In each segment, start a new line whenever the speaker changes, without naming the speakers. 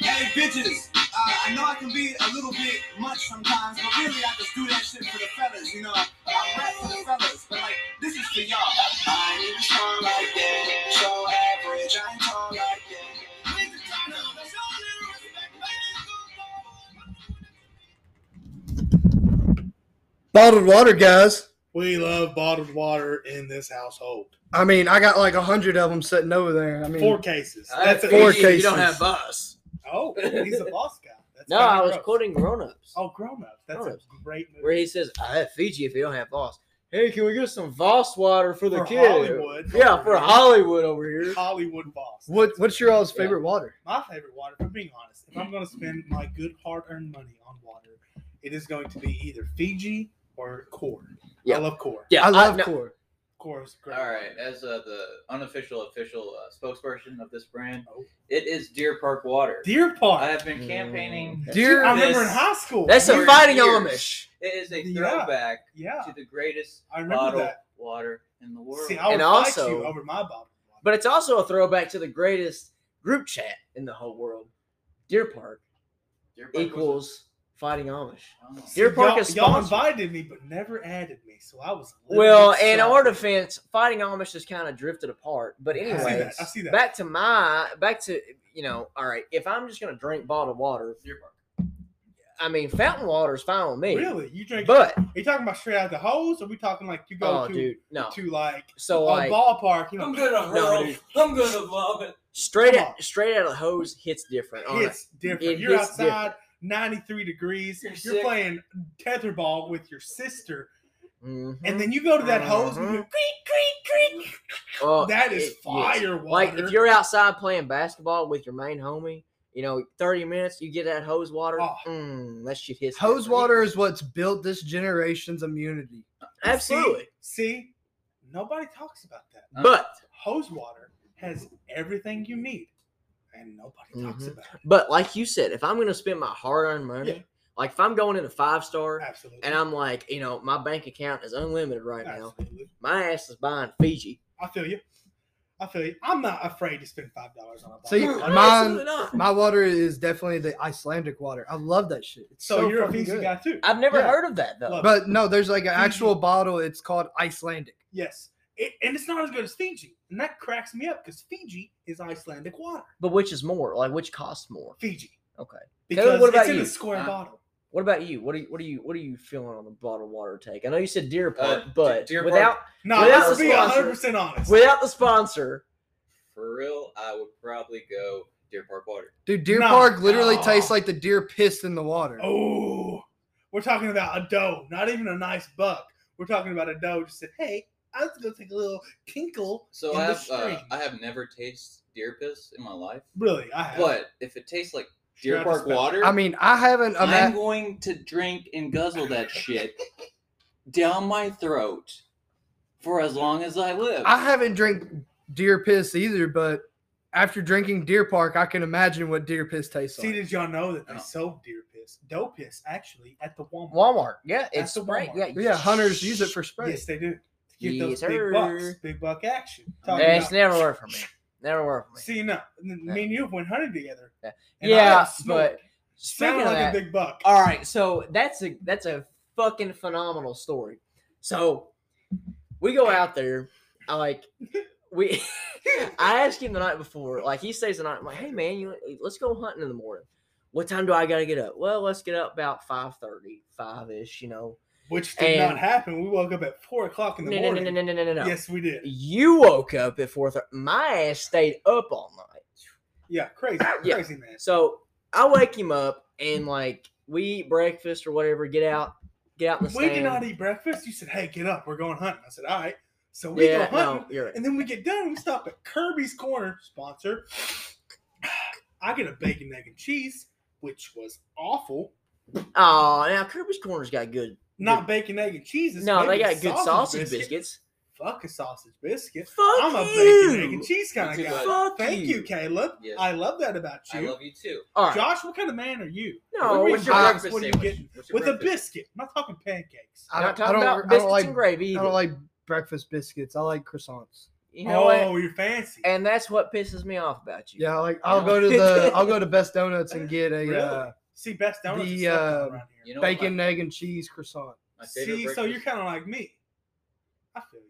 Hey, bitches, uh, I know I can be a little bit much sometimes, but really I just do that shit for the fellas, you know. I, I rap for the fellas, but like, this is for y'all. I ain't even strong like that, so average, I ain't tall like that. Please turn up, show a little respect,
Bottled water, guys.
We love bottled water in this household.
I mean, I got like a hundred of them sitting over there. I mean,
Four cases.
That's
That's it.
four
four cases. You don't
cases.
have us.
Oh, he's a boss guy. That's
No,
kinda
I was
gross.
quoting grown ups
Oh, grown ups. That's
Grown Ups.
a great movie.
where he says, I have Fiji if you don't have Voss. Hey, can we get some Voss water for the
For
kid?
Hollywood.
Yeah, for Hollywood over here.
Hollywood boss.
What What's your all's favorite water?
My favorite water, if I'm being honest, if I'm going to spend my good hard earned money on water, it is going to be either Fiji or Core.
Yeah.
I love Core.
Yeah,
I love
no-
core.
Core is great.
All right, as uh, the unofficial official uh, spokesperson of this brand,
Oh.
it is Deer Park Water.
Deer
I
Park.
have been campaigning.
Mm.
Deer.
I remember in
This-
high school.
That's
we
a
were-
fighting
Years.
Amish.
It is a
Yeah.
throwback
Yeah.
to the greatest
I remember
bottled
that.
water in the world.
See, I would
And
fight
also-
you over my bottle.
But it's also a throwback to the greatest group chat in the whole world. Deer Park
Deer Park was a-
equals fighting Amish.
Oh.
Deer Park
y'all,
is
y'all
sponsored.
invited me, but never added me, so I was. living
Well,
inside.
in our defense, fighting Amish has kind of drifted apart. But
I see that,
anyways,
I see that.
back to my back to you know, all right. If I'm just gonna drink bottled water,
Deer Park.
I mean, fountain water is fine with me.
Really, you drink? Are
But
you talking about straight out the hose? Or are we talking like you go
oh,
to
dude, no.
to like
So
a
like
ballpark? You know,
gonna
No, hurl. dude.
I'm gonna love it.
straight
come
out, straight out of the hose hits different. all right.
it's different.
It
You're
hits
outside, 93 degrees.
You're
You're,
sick.
playing tetherball with your sister,
Mhm.
and then you go to that hose. And you go, creak, creak, creak.
Oh,
that is
it- yes.
fire water.
Like if you're outside playing basketball with your main homie, you know, 30 minutes, you get that hose water.
Oh.
Mm, that shit hits.
Hose
different.
water is what's built this generation's immunity.
See-
Absolutely.
see, nobody talks about that.
But
hose water has everything you need, and nobody talks
Mhm.
about it.
but like you said, if I'm gonna spend my hard-earned money,
Yeah.
like if I'm going in a five star
Absolutely.
and I'm like, you know, my bank account is unlimited right now,
Absolutely.
my ass is buying Fiji.
I feel you. I feel you. I'm not afraid to spend five dollars on a bottle.
See,
of
Mm,
water.
mine-
Absolutely not.
My water is definitely the Icelandic water. I love that shit. It's
so,
so,
you're a
fucking
Fiji
good.
guy too.
I've never
Yeah.
heard of that though.
Look.
But no, there's like an
Fiji.
actual bottle. It's called Icelandic.
yes, it, and it's not as good as Fiji, and that cracks me up because Fiji is Icelandic water.
But which is more? Like which costs more?
Fiji.
Okay.
Because
what about
it's in
you?
a square
Huh?
bottle.
What about you? What are you what are you what are you feeling on the bottled water take? I know you said Deer
Uh,
Park,
D-
but
Deer Park-
without
No,
Without
let's
the
be
sponsor.
100 percent honest.
without the sponsor,
For real, I would probably go Deer Park Water.
Dude, Deer
No.
Park literally tastes
Oh.
like the deer pissed in the water.
oh, we're talking about a doe, not even a nice buck. We're talking about a doe. Just said, hey, I was gonna take a little tinkle.
So
in
I
the
have uh,
stream.
I have never tasted deer piss in my life,
Really, I have.
but if it tastes like
Straight
Deer
out the
Park
spout.
Water,
I mean, I haven't.
I'm
ima-
going to drink and guzzle that shit down my throat for as long as I live.
I haven't drank deer piss either, but after drinking Deer Park, I can imagine what deer piss tastes
See,
like.
did y'all know that they
Oh.
sold deer piss, doe piss, actually at the Walmart?
Walmart. Yeah,
That's
it's
the
right.
Walmart.
Yeah, you-
Yeah, hunters use it for spray.
Yes, they do. To Get
Yes,
those big
sir.
bucks, big buck action. Talking
Yeah, it's
about-
never worked for me. Never worked for me.
See, no, n- me and you went hunting together.
Yeah.
and I
Yeah,
snorted.
Speaking
sounded
of
like
that,
a big buck.
all right. So that's a that's a fucking phenomenal story. So we go out there. I like we. I asked him the night before. Like he stays the night. I'm like, hey man, you let's go hunting in the morning. What time do I gotta get up? Well, let's get up about 5.30, 5 ish. You know.
Which did
and-
not happen. We woke up at four o'clock in
No,
the
no, no,
morning.
no, no, no, no, no.
Yes, we did.
You woke up at four thirty. My ass stayed up all night.
Yeah, crazy,
Yeah.
crazy man.
So I wake him up and like we eat breakfast or whatever. Get out, get out in the
We
stand.
did not eat breakfast. You said, "Hey, get up, we're going hunting." I said, "All right." So we
yeah,
go hunting,
no, you're right.
and then we get done. We stop at Kirby's Corner, sponsor. I get a bacon, egg, and cheese, which was awful.
Oh, now Kirby's Corner's got good.
Not bacon, egg, and cheese. it's
no, they
maybe
got good sausage biscuits.
Fuck a sausage biscuit.
Fuck
I'm a
you.
bacon, egg, and cheese kind
Me
of
too,
guy.
bud.
Fuck
Thank you, Caleb.
Yes.
I love that about
I
you.
love you too.
All right.
Josh, what kind of man are you?
No,
We're
what's Uh,
eating
your
I-
breakfast.
breakfast
what are you
sandwich?
getting?
What's your
With a
breakfast?
biscuit. I'm not talking pancakes.
I don't,
Not
I
talking
don't,
about
I
biscuits
don't like.
and gravy.
I
either.
don't like breakfast biscuits. I like croissants.
You know
oh,
what?
you're fancy.
And that's what pisses me off about you.
Yeah, like I'll go to the I'll go to Best Donuts and get a
Really?
uh,
See, best donuts
the,
is around
um,
here.
You know what my-
bacon, egg, and cheese croissant.
my favorite
See, so you're
breakfast-
kind of like me. I feel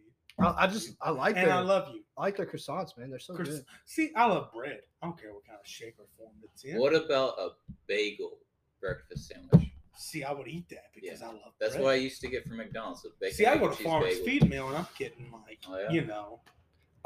you,
I, I just I like
and
their
I
I,
love you.
like their croissants, man. They're so
Cris-
good.
See, I love bread. I don't care what kind of shape or form it's in.
What about a bagel breakfast sandwich?
See, I would eat that because I love.
That's
bread.
what I used to get from McDonald's. A bacon.
See, I
egg,
go
and
to
cheese
Farmer's
bagel.
Feed Mill and I'm getting like,
Oh, yeah.
you know,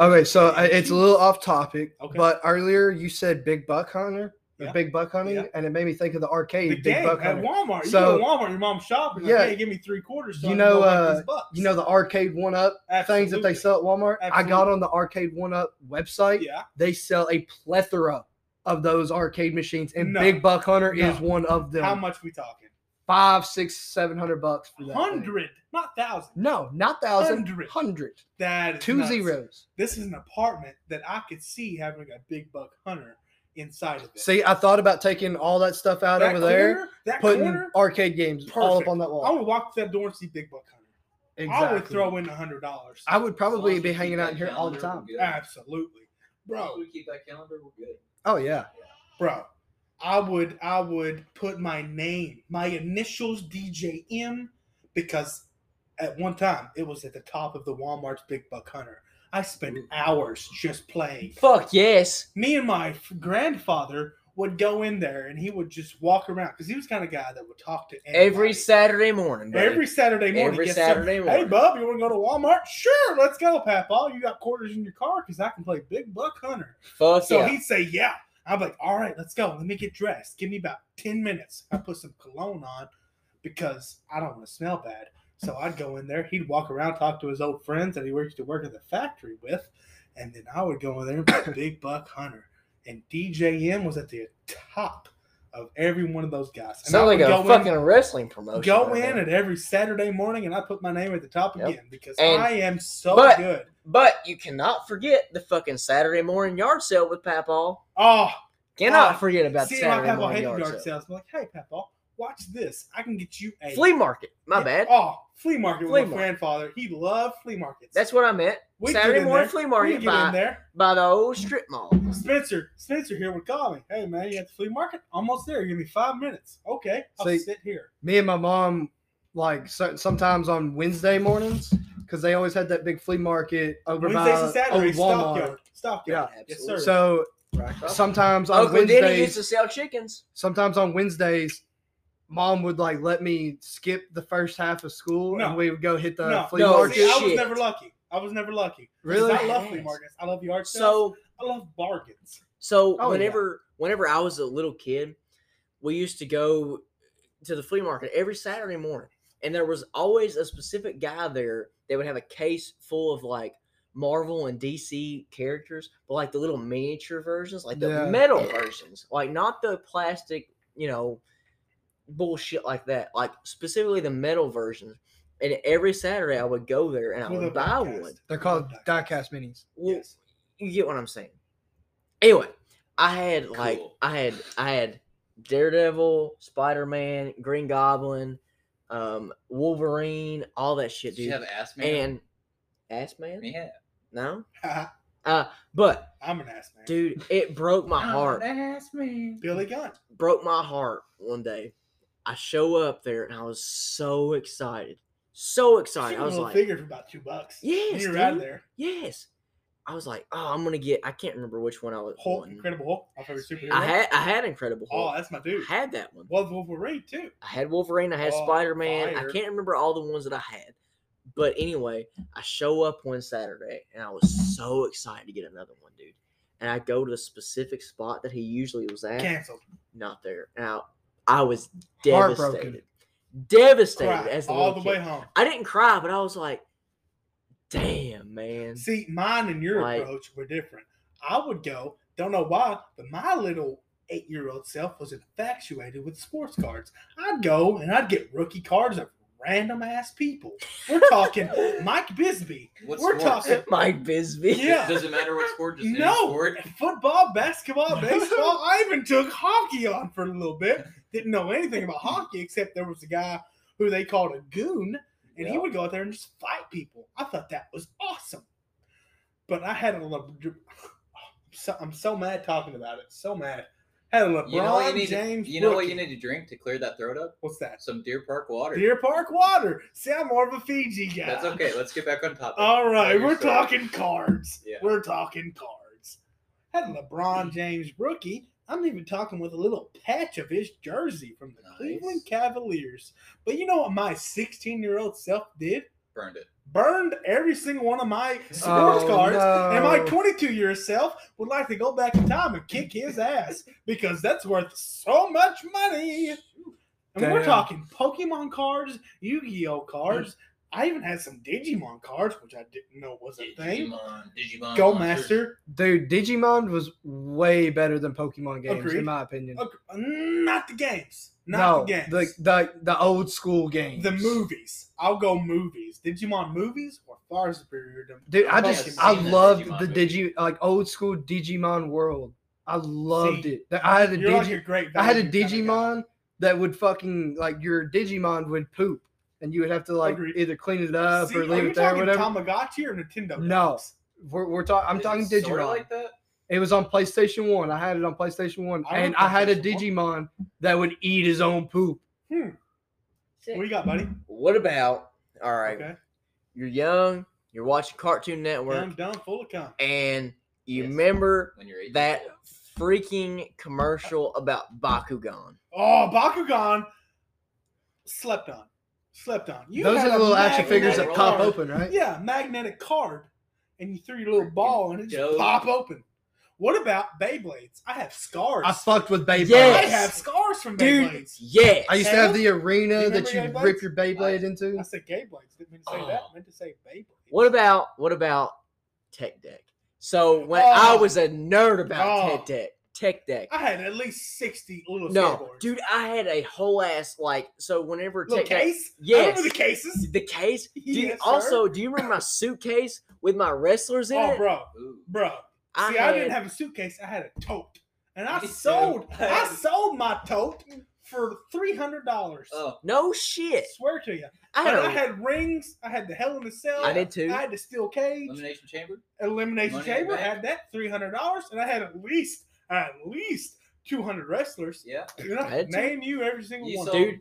Okay, so I, it's a little off topic,
Okay.
but earlier you said big buck hunter, or
Yeah.
big buck hunting,
Yeah.
and it made me think of the
the
arcade, big
game
buck
at
hunter.
Walmart.
So-
you go to Walmart, your mom's shopping. Yeah,
Yeah.
like, hey, give me three quarters. So
You
I can
know,
go make
uh,
these bucks."
You know the arcade one up things that they
Absolutely.
sell at Walmart. I got
Absolutely.
on the arcade one up website.
Yeah,
They sell a plethora of those arcade machines, and
No.
Big Buck Hunter
No.
is one of them.
how much we talking?
Five, six, seven hundred bucks for that. thing.
Hundred, not thousand.
No, not thousand.
Hundred.
Hundred.
That is
Two
nuts.
zeros.
This is an apartment that I could see having a big buck hunter inside of it.
See, I thought about taking all that stuff out
that
over
corner,
there,
that
putting
corner.
arcade games all up
Perfect.
on that
I
wall.
would walk through that door and see big buck hunter.
exactly.
I would throw in a hundred dollars.
I would
As long
probably
as
be
we keep
hanging out
that
in here all the
calendar,
time.
we're good.
Absolutely,
As long as
bro.
we keep that calendar. We're good.
Oh yeah.
bro i would i would put my name my initials djm because at one time it was at the top of the walmart's big buck hunter i spent hours just playing
Fuck yes.
me and my f- grandfather would go in there and he would just walk around because he was kind of guy that would talk to
Every
anybody.
Saturday morning. buddy.
every saturday morning
Every
yes, sir.
Saturday
hey
morning.
bub you want to go to walmart sure let's go papa you got quarters in your car because i can play big buck hunter
Fuck
so
yeah.
he'd say, Yeah. I'm like, All right, let's go. Let me get dressed. Give me about 10 minutes. I put some cologne on because I don't want to smell bad. So I'd go in there. He'd walk around, talk to his old friends that he worked to work at the factory with. And then I would go in there and be Big Buck Hunter. And DJM was at the top of every one of those guys. And I
Sounds like
would
a
go
fucking
in,
wrestling promotion.
go
right
in
there.
at every Saturday morning and I put my name at the top
Yep.
again because
And-
I am so
but-
good.
But you cannot forget the fucking Saturday morning yard sale with Papaw.
Oh,
Cannot
Oh,
forget about the
See, my
Saturday
Papa
morning
hated
yard,
yard
sale.
sales. I'm like, hey, Papa, watch this. I can get you a
Flea market. My
Yeah.
bad.
Oh, flea market
Flea
with my
market.
grandfather. He loved flea markets.
That's what I meant.
We'd get
Saturday
in
morning
there.
flea
We'd
market
get in
by,
there.
by the old strip mall.
Spencer, Spencer here would call me. Hey man, you at the flea market? Almost there. Give me five minutes. Okay, I'll
See-
sit here.
Me and my mom, like so, sometimes on Wednesday mornings, because they always had that big flea market over
Wednesdays
by
and Saturdays,
old
stockyard,
Walmart.
stockyard.
Oh, Yeah,
yes sir.
absolutely.
So sometimes on
Uncle Denny used
Wednesdays,
to sell chickens.
sometimes on Wednesdays, mom would like let me skip the first half of school,
No.
and we would go hit the
no,
flea
no,
market.
Oh, see, I was
Shit.
never lucky. I was never lucky. 'Cause
Really?
I love flea
Yes.
markets. I love yard sales.
So
I love bargains.
so
Oh, yeah.
whenever whenever I was a little kid, we used to go to the flea market every Saturday morning. And there was always a specific guy there that would have a case full of like Marvel and DC characters, but like the little miniature versions, like the
Yeah.
metal versions, like not the plastic, you know, bullshit like that. Like specifically the metal versions. And every Saturday I would go there and I
With a
would buy
diecast.
one.
They're called
With a
diecast minis.
Well,
Yes.
you get what I'm saying. Anyway, I had like
Cool.
I had I had Daredevil, Spider Man, Green Goblin, um, Wolverine, all that shit,
Did you
dude.
have ass man?
and ass man?
yeah.
No, Uh,
I'm
but
an ass man.
dude, it broke my heart.
Ass man.
Billy Gunn.
Broke my heart one day. I show up there and I was so excited, so excited.
Shoot
I
a
was
little
like,
figure for about two bucks.
Yes,
you're out of
dude.
there.
yes. I was like, oh, I'm gonna get. I can't remember which one I was.
Hulk,
wanting.
Incredible Hulk, my favorite superhero.
I had I had Incredible
oh,
Hulk.
that's my dude.
I had that one.
Well, Wolverine too.
I had Wolverine, I had
Oh,
Spider Man. I
fire.
can't remember all the ones that I had. But anyway, I show up one Saturday and I was so excited to get another one, dude. And I go to the specific spot that he usually was at,
Cancelled.
not there. Now I was
Heartbroken.
devastated. Devastated
Cried
as a
all
little
the
kid.
way home.
I didn't cry, but I was like, damn, man.
See, mine and your
Like-
approach were different. I would go. Don't know why, but my little eight-year-old self was infatuated with sports cards. I'd go and I'd get rookie cards of random ass people. We're talking Mike Bisbee.
What
We're
sports?
talking-
Mike Bisbee.
Yeah.
Does it matter what sport? Just any
No,
sport?
football, basketball, baseball. I even took hockey on for a little bit. Didn't know anything about hockey except there was a guy who they called a goon, and he
Yeah.
would go out there and just fight people. I thought that was awesome. But I had a LeBron. So, I'm so mad talking about it. So mad. Had a LeBron
You know what you need.
James.
to, you know what you
rookie.
need to drink to clear that throat up?
What's that?
Some Deer Park water.
Deer Park water. See, I'm more of a Fiji guy.
That's okay. Let's get back on topic.
All right,
Tell your
we're
story.
talking cards.
Yeah. Mm.
We're talking cards. Had LeBron James rookie. I'm even talking with a little patch of his jersey from the
Nice.
Cleveland Cavaliers. But you know what my 16 year old self did?
Burned it.
Burned every single one of my sports
Oh,
cards. And my
no.
22 year self would like to go back in time and kick his ass because that's worth so much money. And we're
Damn.
talking Pokemon cards, Yu Gi Oh cards. I even had some Digimon cards, which I didn't know was a thing.
Digimon. Digimon.
Go
monsters.
Master.
Dude, Digimon was way better than Pokemon games,
Agreed.
in my opinion.
Okay, Not the games. Not
no,
the games.
the, the the old school games.
the movies. I'll go movies. Digimon movies were far superior to
Dude, I
I've only
just I
seen the
loved
Digimon
the Digi like old school Digimon world. I loved
See,
it. That- I had a
You're like
Digi,
a great
I had a
value kinda guy.
Digimon that would fucking like your Digimon would poop, and you would have to like
Agreed.
either clean it up
See,
or
are
leave
you
it there,
talking
whatever.
Tamagotchi or Nintendo?
No.
dogs?
we're we're talking. I'm
Is
talking
it sorta
Digimon.
like that?
It was on PlayStation One. I had it on PlayStation One,
I
and
don't
I had a
PlayStation
Digimon that would eat his own poop.
What do you got, buddy?
What about? All right,
Okay.
you're young. You're watching Cartoon Network,
Dumb, dumb, full of cum.
and you
Yes.
remember
When you're eight.
that
years old.
freaking commercial about Bakugan.
Oh, Bakugan slept on. Slept on. You
Those
had a
are the little action figures that
magnetic
pop
card.
open, right?
Yeah, magnetic card. And you threw your little
Freaking
ball and it just
dope.
pop open. What about Beyblades? I have scars.
I fucked with Beyblades.
I
Yes.
have scars from
Dude.
Beyblades.
Yes.
I used to have
Sam?
the arena
You
that you
remember Beyblades?
rip your Beyblade into.
I said gay blades. Didn't mean to say that.
Oh.
I meant to say Beyblades.
What about what about Tech Deck? So when I
Oh.
was a nerd about
Oh.
Tech Deck, Tech Deck.
I had at least 60 little
No,
skateboards.
dude, I had a whole ass like so. Whenever
Little
Tech Deck,
case? I remember
yes,
the cases.
the case. Do you-
Yes, sir.
also, do you remember my suitcase with my wrestlers in
Oh,
it?
bro.
Ooh.
Bro.
I
See, I
had,
didn't have a suitcase. I had a tote, and I
Me too.
sold.
I
I
had-
sold my tote for three hundred dollars.
Oh,
no
I
shit.
swear to you.
I
And
had,
I
a,
had rings. I had the Hell in a Cell.
I did too.
I had the Steel Cage,
elimination chamber.
Elimination
Money in the
Chamber. I
Bank.
had that three hundred dollars, and I had at least at least two hundred wrestlers.
Yeah.
You know,
I had two.
name you every single
You
one.
sold,
Dude.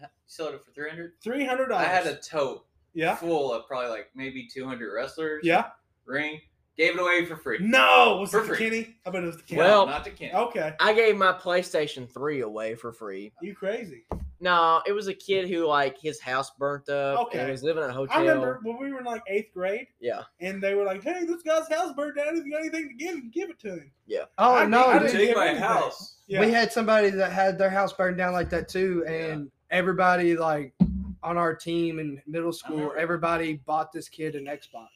You sold it for three hundred.
three hundred
I
dollars.
had a tote
yeah,
full of probably like maybe two hundred wrestlers.
yeah.
Ring. Gave it away for free.
No, Oh, was
For
it the
free.
Kenny? I bet it was the Kenny.
Well-
not to Ken.
okay,
I gave my PlayStation Three away for free.
you crazy.
No, it was a kid who like his house burnt up and
Okay.
he was living in a hotel.
I remember when we were in like eighth grade.
Yeah.
and they were like, "Hey, this guy's house burned down. If you got anything to give, give it to him."
Oh
I
no,
didn't- I
dude.
didn't
Take
give
my
anything.
house.
Yeah.
we had somebody that had their house burned down like that too,
Yeah.
and everybody like on our team in middle school,
remember.
everybody bought this kid an Xbox.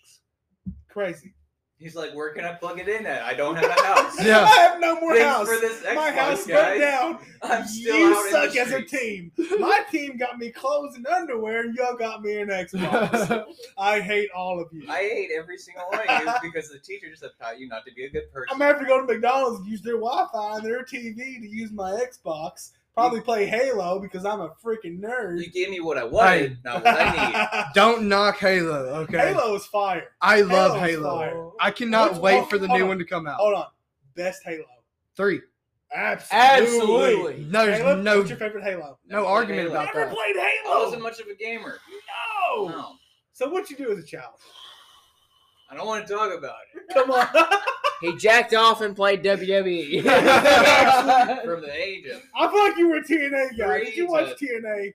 crazy.
He's like, where can I plug it in at? I don't have a house.
Yeah.
I have no more
Thanks
house.
for this
My
Xbox,
house
guys.
burned down.
I'm still
you
out in the
suck as a
streets.
team. My team got me clothes and underwear, and y'all got me an Xbox. I hate all of you.
I hate every single one of you because the teacher just have taught you not to be a good person.
I'm gonna have to go to McDonald's and use their Wi-Fi and their TV to use my Xbox. Probably play Halo because I'm a freaking nerd.
you gave me what I wanted, not what I need.
Don't knock Halo, okay?
Halo is fire.
I love
Halo's fire.
Halo. I cannot
Which-
wait
hold-
for the
hold
new
on.
one to come out.
Hold on, best Halo.
Three.
Absolutely.
No, there's
Halo,
no
what's your favorite Halo?
no
Never
argument
played
about
Never
that.
played
I
Halo.
wasn't much of a gamer.
no.
No,
So what you do as a child?
I don't want to talk about it.
Come on.
he jacked off and played E. WWE.
From the age of
I feel like you were a TNA guy. Did
Three
you watch
to-
TNA?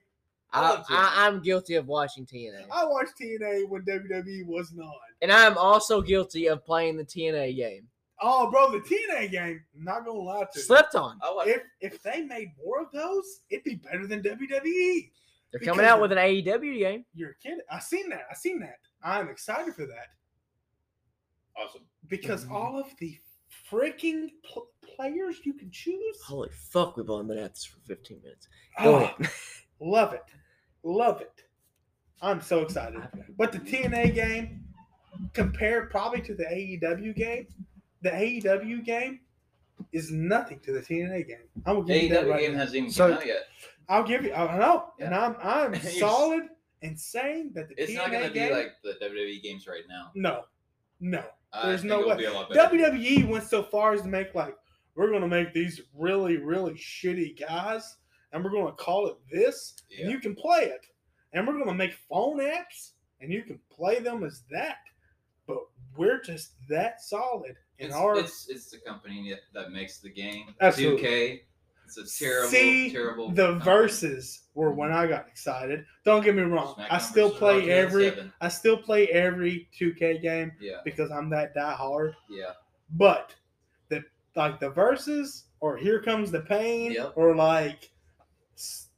I
I,
love TNA.
I, I'm guilty of watching TNA,
I watched TNA when E WWE wasn't on.
and I am also guilty of playing the TNA game.
Oh, bro, the TNA game. Not gonna lie to you.
Slept on.
I watched
If if they made more of those, it'd be better than WWE.
They're
Because
coming out
the-
with an AEW game.
You're kidding. I seen that. I seen that. I'm excited for that
awesome.
because
Mhm.
Mm-hmm.
all of the freaking pl- players you can choose.
Holy fuck, we've only been at this for 15 minutes. Go
Oh, love it, love it. I'm so excited. But the TNA game, compared probably to the AEW game, the AEW game is nothing to the TNA game. I will give you that
AEW
right
E game
now.
hasn't even
So-
come out yet.
I'll give you. I know, and I'm I'm
You're just-
solid and saying that the
It's
TNA
not going to
game.
be like the WWE games right E now.
no, no.
I
There's
think
no
it'll
way.
Be a lot better.
WWE E went so far as to make like we're gonna make these really really shitty guys, and we're gonna call it this,
Yeah.
and you can play it, and we're gonna make phone apps, and you can play them as that, but we're just that solid in
it's,
our
it's it's the company that- that makes the game.
Absolutely.
2K. It's a terrible,
See,
terrible.
the
company.
verses were when
Mm-hmm.
I got excited. Don't get me wrong, I
SmackDown
still
versus
play
Raw
every
2007.
I still play every 2K game
Yeah,
because I'm that diehard.
yeah.
But the like the verses or here comes the pain
Yep.
or like s-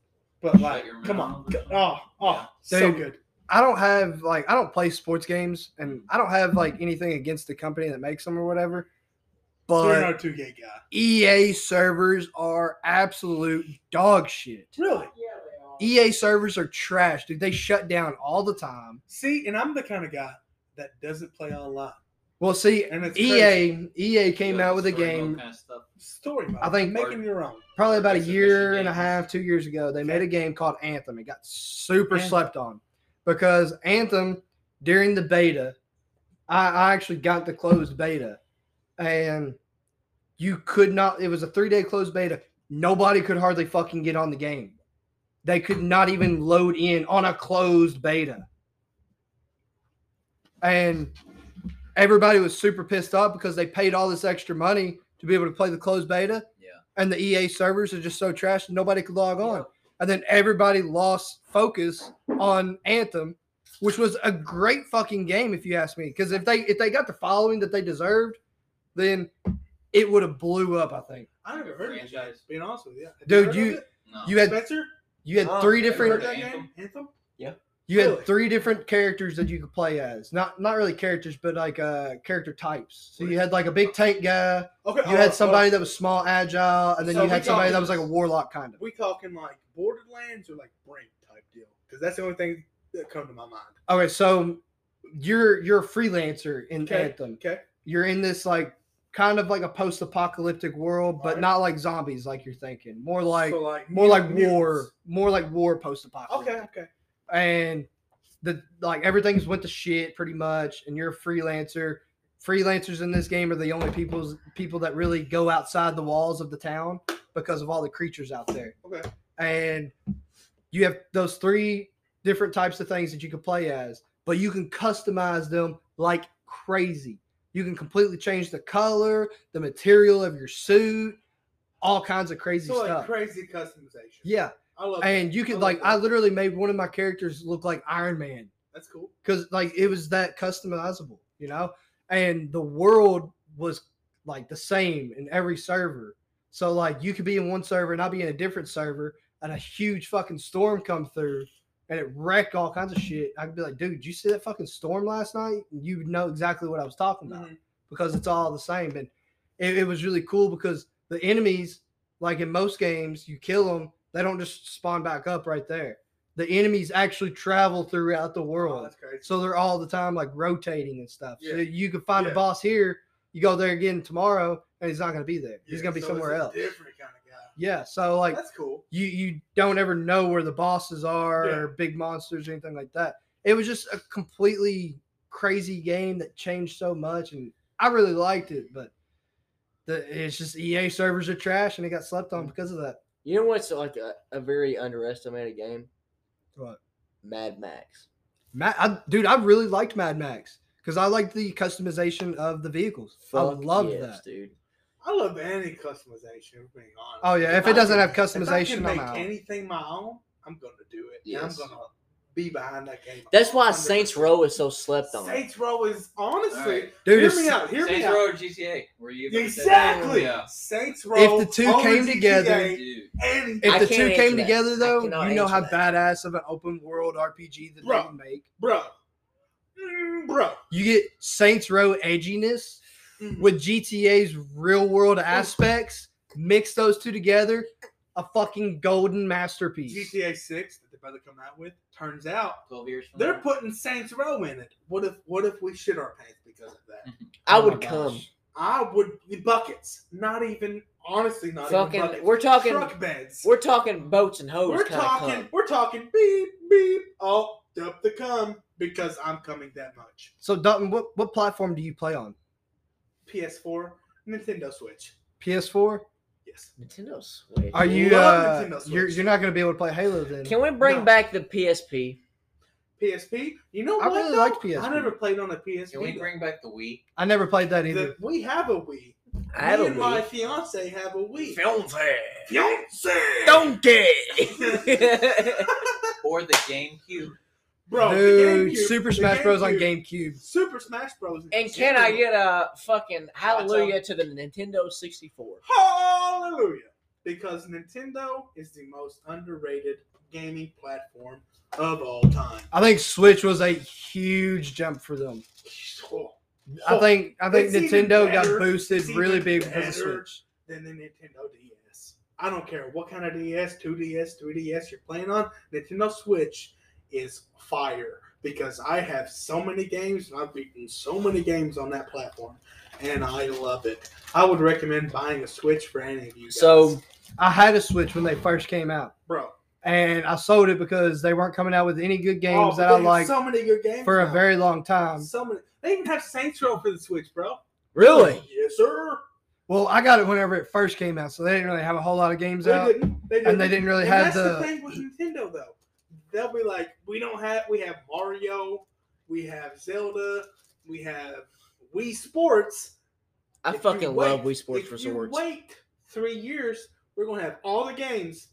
but
Shut
like
your
come on.
mouth.
Go- Oh, oh,
Yeah.
so
Dude.
good.
I don't have like I don't play sports games, and
Hmm.
I don't have like anything against the company that makes them or whatever.
So you're
But
no 2K guy.
EA servers are absolute dog shit.
Really?
EA E servers are trash, dude. They shut down all the time.
See, and I'm the kind of guy that doesn't play online.
Well, see,
And it's crazy.
EA EA came
Like
out with a
story mode
game
Kind of stuff.
story mode.
I think-
making your own.
probably about a
Exhibition
year and a
games.
half, two years ago, they made a game called Anthem. It got super
Anthem.
slept on because Anthem during the beta, I, I actually got the closed beta, and you could not. It was a three day closed beta. Nobody could hardly fucking get on the game. They could not even load in on a closed beta, and everybody was super pissed off because they paid all this extra money to be able to play the closed beta and the EA servers are just so trash that nobody could log on. And then everybody lost focus on Anthem, which was a great fucking game if you ask me. Because if they if they got the following that they deserved, then it would have blew up. I think
I never heard of it, guys,
Franchise.
being honest with you. Have
Dude,
heard of
you-
it?
No.
you had
Spencer?
you had
Oh,
three
I've heard
different
that.
Heard that
Anthem?
game? Anthem?
you
Really?
had three different characters that you could play as. Not not really characters, but like uh character types. So you had like a big tank guy.
Okay. oh,
You
hold on,
had somebody
hold
that was small, agile, and then
So
you
we
had somebody that was like
talking-
a warlock kind
on.
of.
oh, we talking like Borderlands or like Brink type deal because that's the only thing that come to my mind.
Okay, so you're you're a freelancer in
Okay.
Anthem.
Okay.
you're in this like kind of like a post-apocalyptic world, but
Alright.
not like zombies like you're thinking. More like
So, like
more like
mutants.
war, more like war post-apocalyptic.
Okay. Okay.
And the like everything's went to shit pretty much, and you're a freelancer. Freelancers in this game are the only people's people that really go outside the walls of the town because of all the creatures out there.
Okay.
And you have those three different types of things that you can play as, but you can customize them like crazy. You can completely change the color, the material of your suit, all kinds of crazy
So like
stuff.
crazy customization.
yeah.
I love that.
And you
I
could
love
like I
that.
literally made one of my characters look like Iron Man
That's cool.
because like it was that customizable, you know, and the world was like the same in every server. So like you could be in one server and I'd be in a different server, and a huge fucking storm come through and it wreck all kinds of shit. I'd be like, dude, you see that fucking storm last night? You would know exactly what I was talking about
Mhm.
because it's all the same. And it, it was really cool because the enemies, like in most games, you kill them, they don't just spawn back up right there. The enemies actually travel throughout the
Oh,
world.
that's crazy.
So they're all the time like rotating and stuff. So
Yeah.
you can find
Yeah.
a boss here, you go there again tomorrow, and he's not going to be there. he's
Yeah,
going to be
so
somewhere
it's a
else.
Different kind of guy.
Yeah. So like
That's cool.
you you don't ever know where the bosses are
Yeah.
or big monsters or anything like that. It was just a completely crazy game that changed so much, and I really liked it. But the it's just EA servers are trash, and it got slept
Mm.
on because of that.
You know what's like a, a very underestimated game?
What?
Mad Max.
Mad, I, dude, I really liked Mad Max because I liked the customization of the vehicles.
Fuck
I loved
yes,
that.
dude.
I love any customization. if we're Being honest.
Oh yeah, if
I
it doesn't
can-
have
if
customization,
I
I'm
can
out.
make anything my own, I'm gonna do it. Yeah, I'm
Yes.
gonna be behind that game.
That's why
100%.
Saints Row is so slept on.
Saints Row is honestly.
All right.
Dude,
hear
if-
me out. Hear me
Saints
out.
Row or GTA? Were you about to say that?
Exactly.
Oh, Yeah.
Saints Row.
the two
over
came
GTA,
together-
Dude,
any-
if
I
the
can't
two
answer
came
that. I
together, though,
cannot
you know how
answer
badass of an open world RPG that
Bro.
they would make.
bro, Mm, bro,
You get Saints Row edginess with GTA's real world aspects. Mix those two together, a fucking golden masterpiece.
GTA Six that they're about to come out with. Turns out
Uh-huh.
12 years from
they're
now.
putting Saints Row in it. What if? What if we shit our pants because of that?
I
Oh my
would come.
gosh.
I would the buckets. Not even honestly, not
Fucking-
even buckets.
we're talking-
truck beds.
We're talking boats and hoes.
We're
kinda
talking.
cum.
We're talking. Beep beep. Oh, up the cum because I'm coming that much.
So, Dalton, what, what platform do you play on?
PS4, Nintendo Switch.
PS4.
Yes.
Nintendo Switch.
Are you?
Love
Uh,
Nintendo Switch.
you're, you're not going to be able to play Halo then.
Can we bring
No.
back the PSP?
PSP. You know
I
what?
really
though?
liked PSP.
I never played on a PSP.
Can we bring back the Wii?
I never played that
The-
either.
we have a Wii.
I have a
Me and my
Wii.
fiance have a Wii.
Film fair.
Fiance.
Donkey.
Or the GameCube?
Bro, the
Dude,
GameCube-
Super
the
Smash Bros. on
GameCube-
GameCube.
Super Smash Bros. is
and can I
generally-
get a fucking hallelujah to the Nintendo 64?
Hallelujah. Because Nintendo is the most underrated gaming platform of all time.
I think Switch was a huge jump for them.
Oh,
I think I think
It's even
Nintendo got
better.
boosted
It's
really
even
big because of
better.
Switch.
Than the Nintendo DS. I don't care what kind of DS, 2DS, 3DS you're playing on, Nintendo Switch is fire. Because I have so many games and I've beaten so many games on that platform. And I love it. I would recommend buying a Switch for any of you guys.
So
I had a Switch when they first came out,
bro,
and I sold it because they weren't coming out with any good
oh, but
games that
they
I
have
liked
so many good games
for a
now.
very long time.
So many. They even have Saints Row for the Switch, bro.
really,
Yes, sir.
Well, I got it whenever it first came out, so they didn't really have a whole lot of games
They
out,
didn't. They didn't.
and they didn't really
And
have
that's the...
the.
thing with Nintendo, though. They'll be like, we don't have. We have Mario. We have Zelda. We have Wii Sports.
I
If you
fucking love
wait-
Wii Sports
if
Resorts.
you wait three years, we're gonna have all the games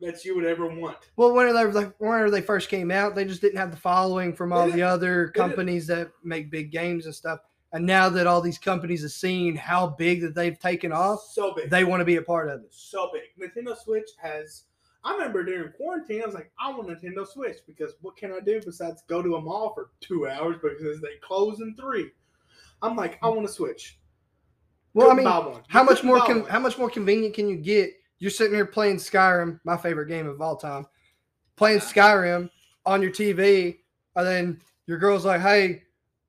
that you would ever want.
Well, whenever they like whenever they first came out, they just didn't have the following from all the
didn't-
other
didn't.
companies that make big games and stuff. And now that all these companies have seen how big that they've taken off,
So big.
they want to be a part of it.
so big. Nintendo Switch has. I remember during quarantine, I was like, I want a Nintendo Switch because what can I do besides go to a mall for two hours because they close in three? I'm like, I want a Switch.
Well, I
Couldn't
mean,
buy one.
how much
Couldn't
more
buy
can
one.
how much more convenient can you get? You're sitting here playing Skyrim, my favorite game of all time, playing Skyrim on your TV, and then your girl's like, "Hey,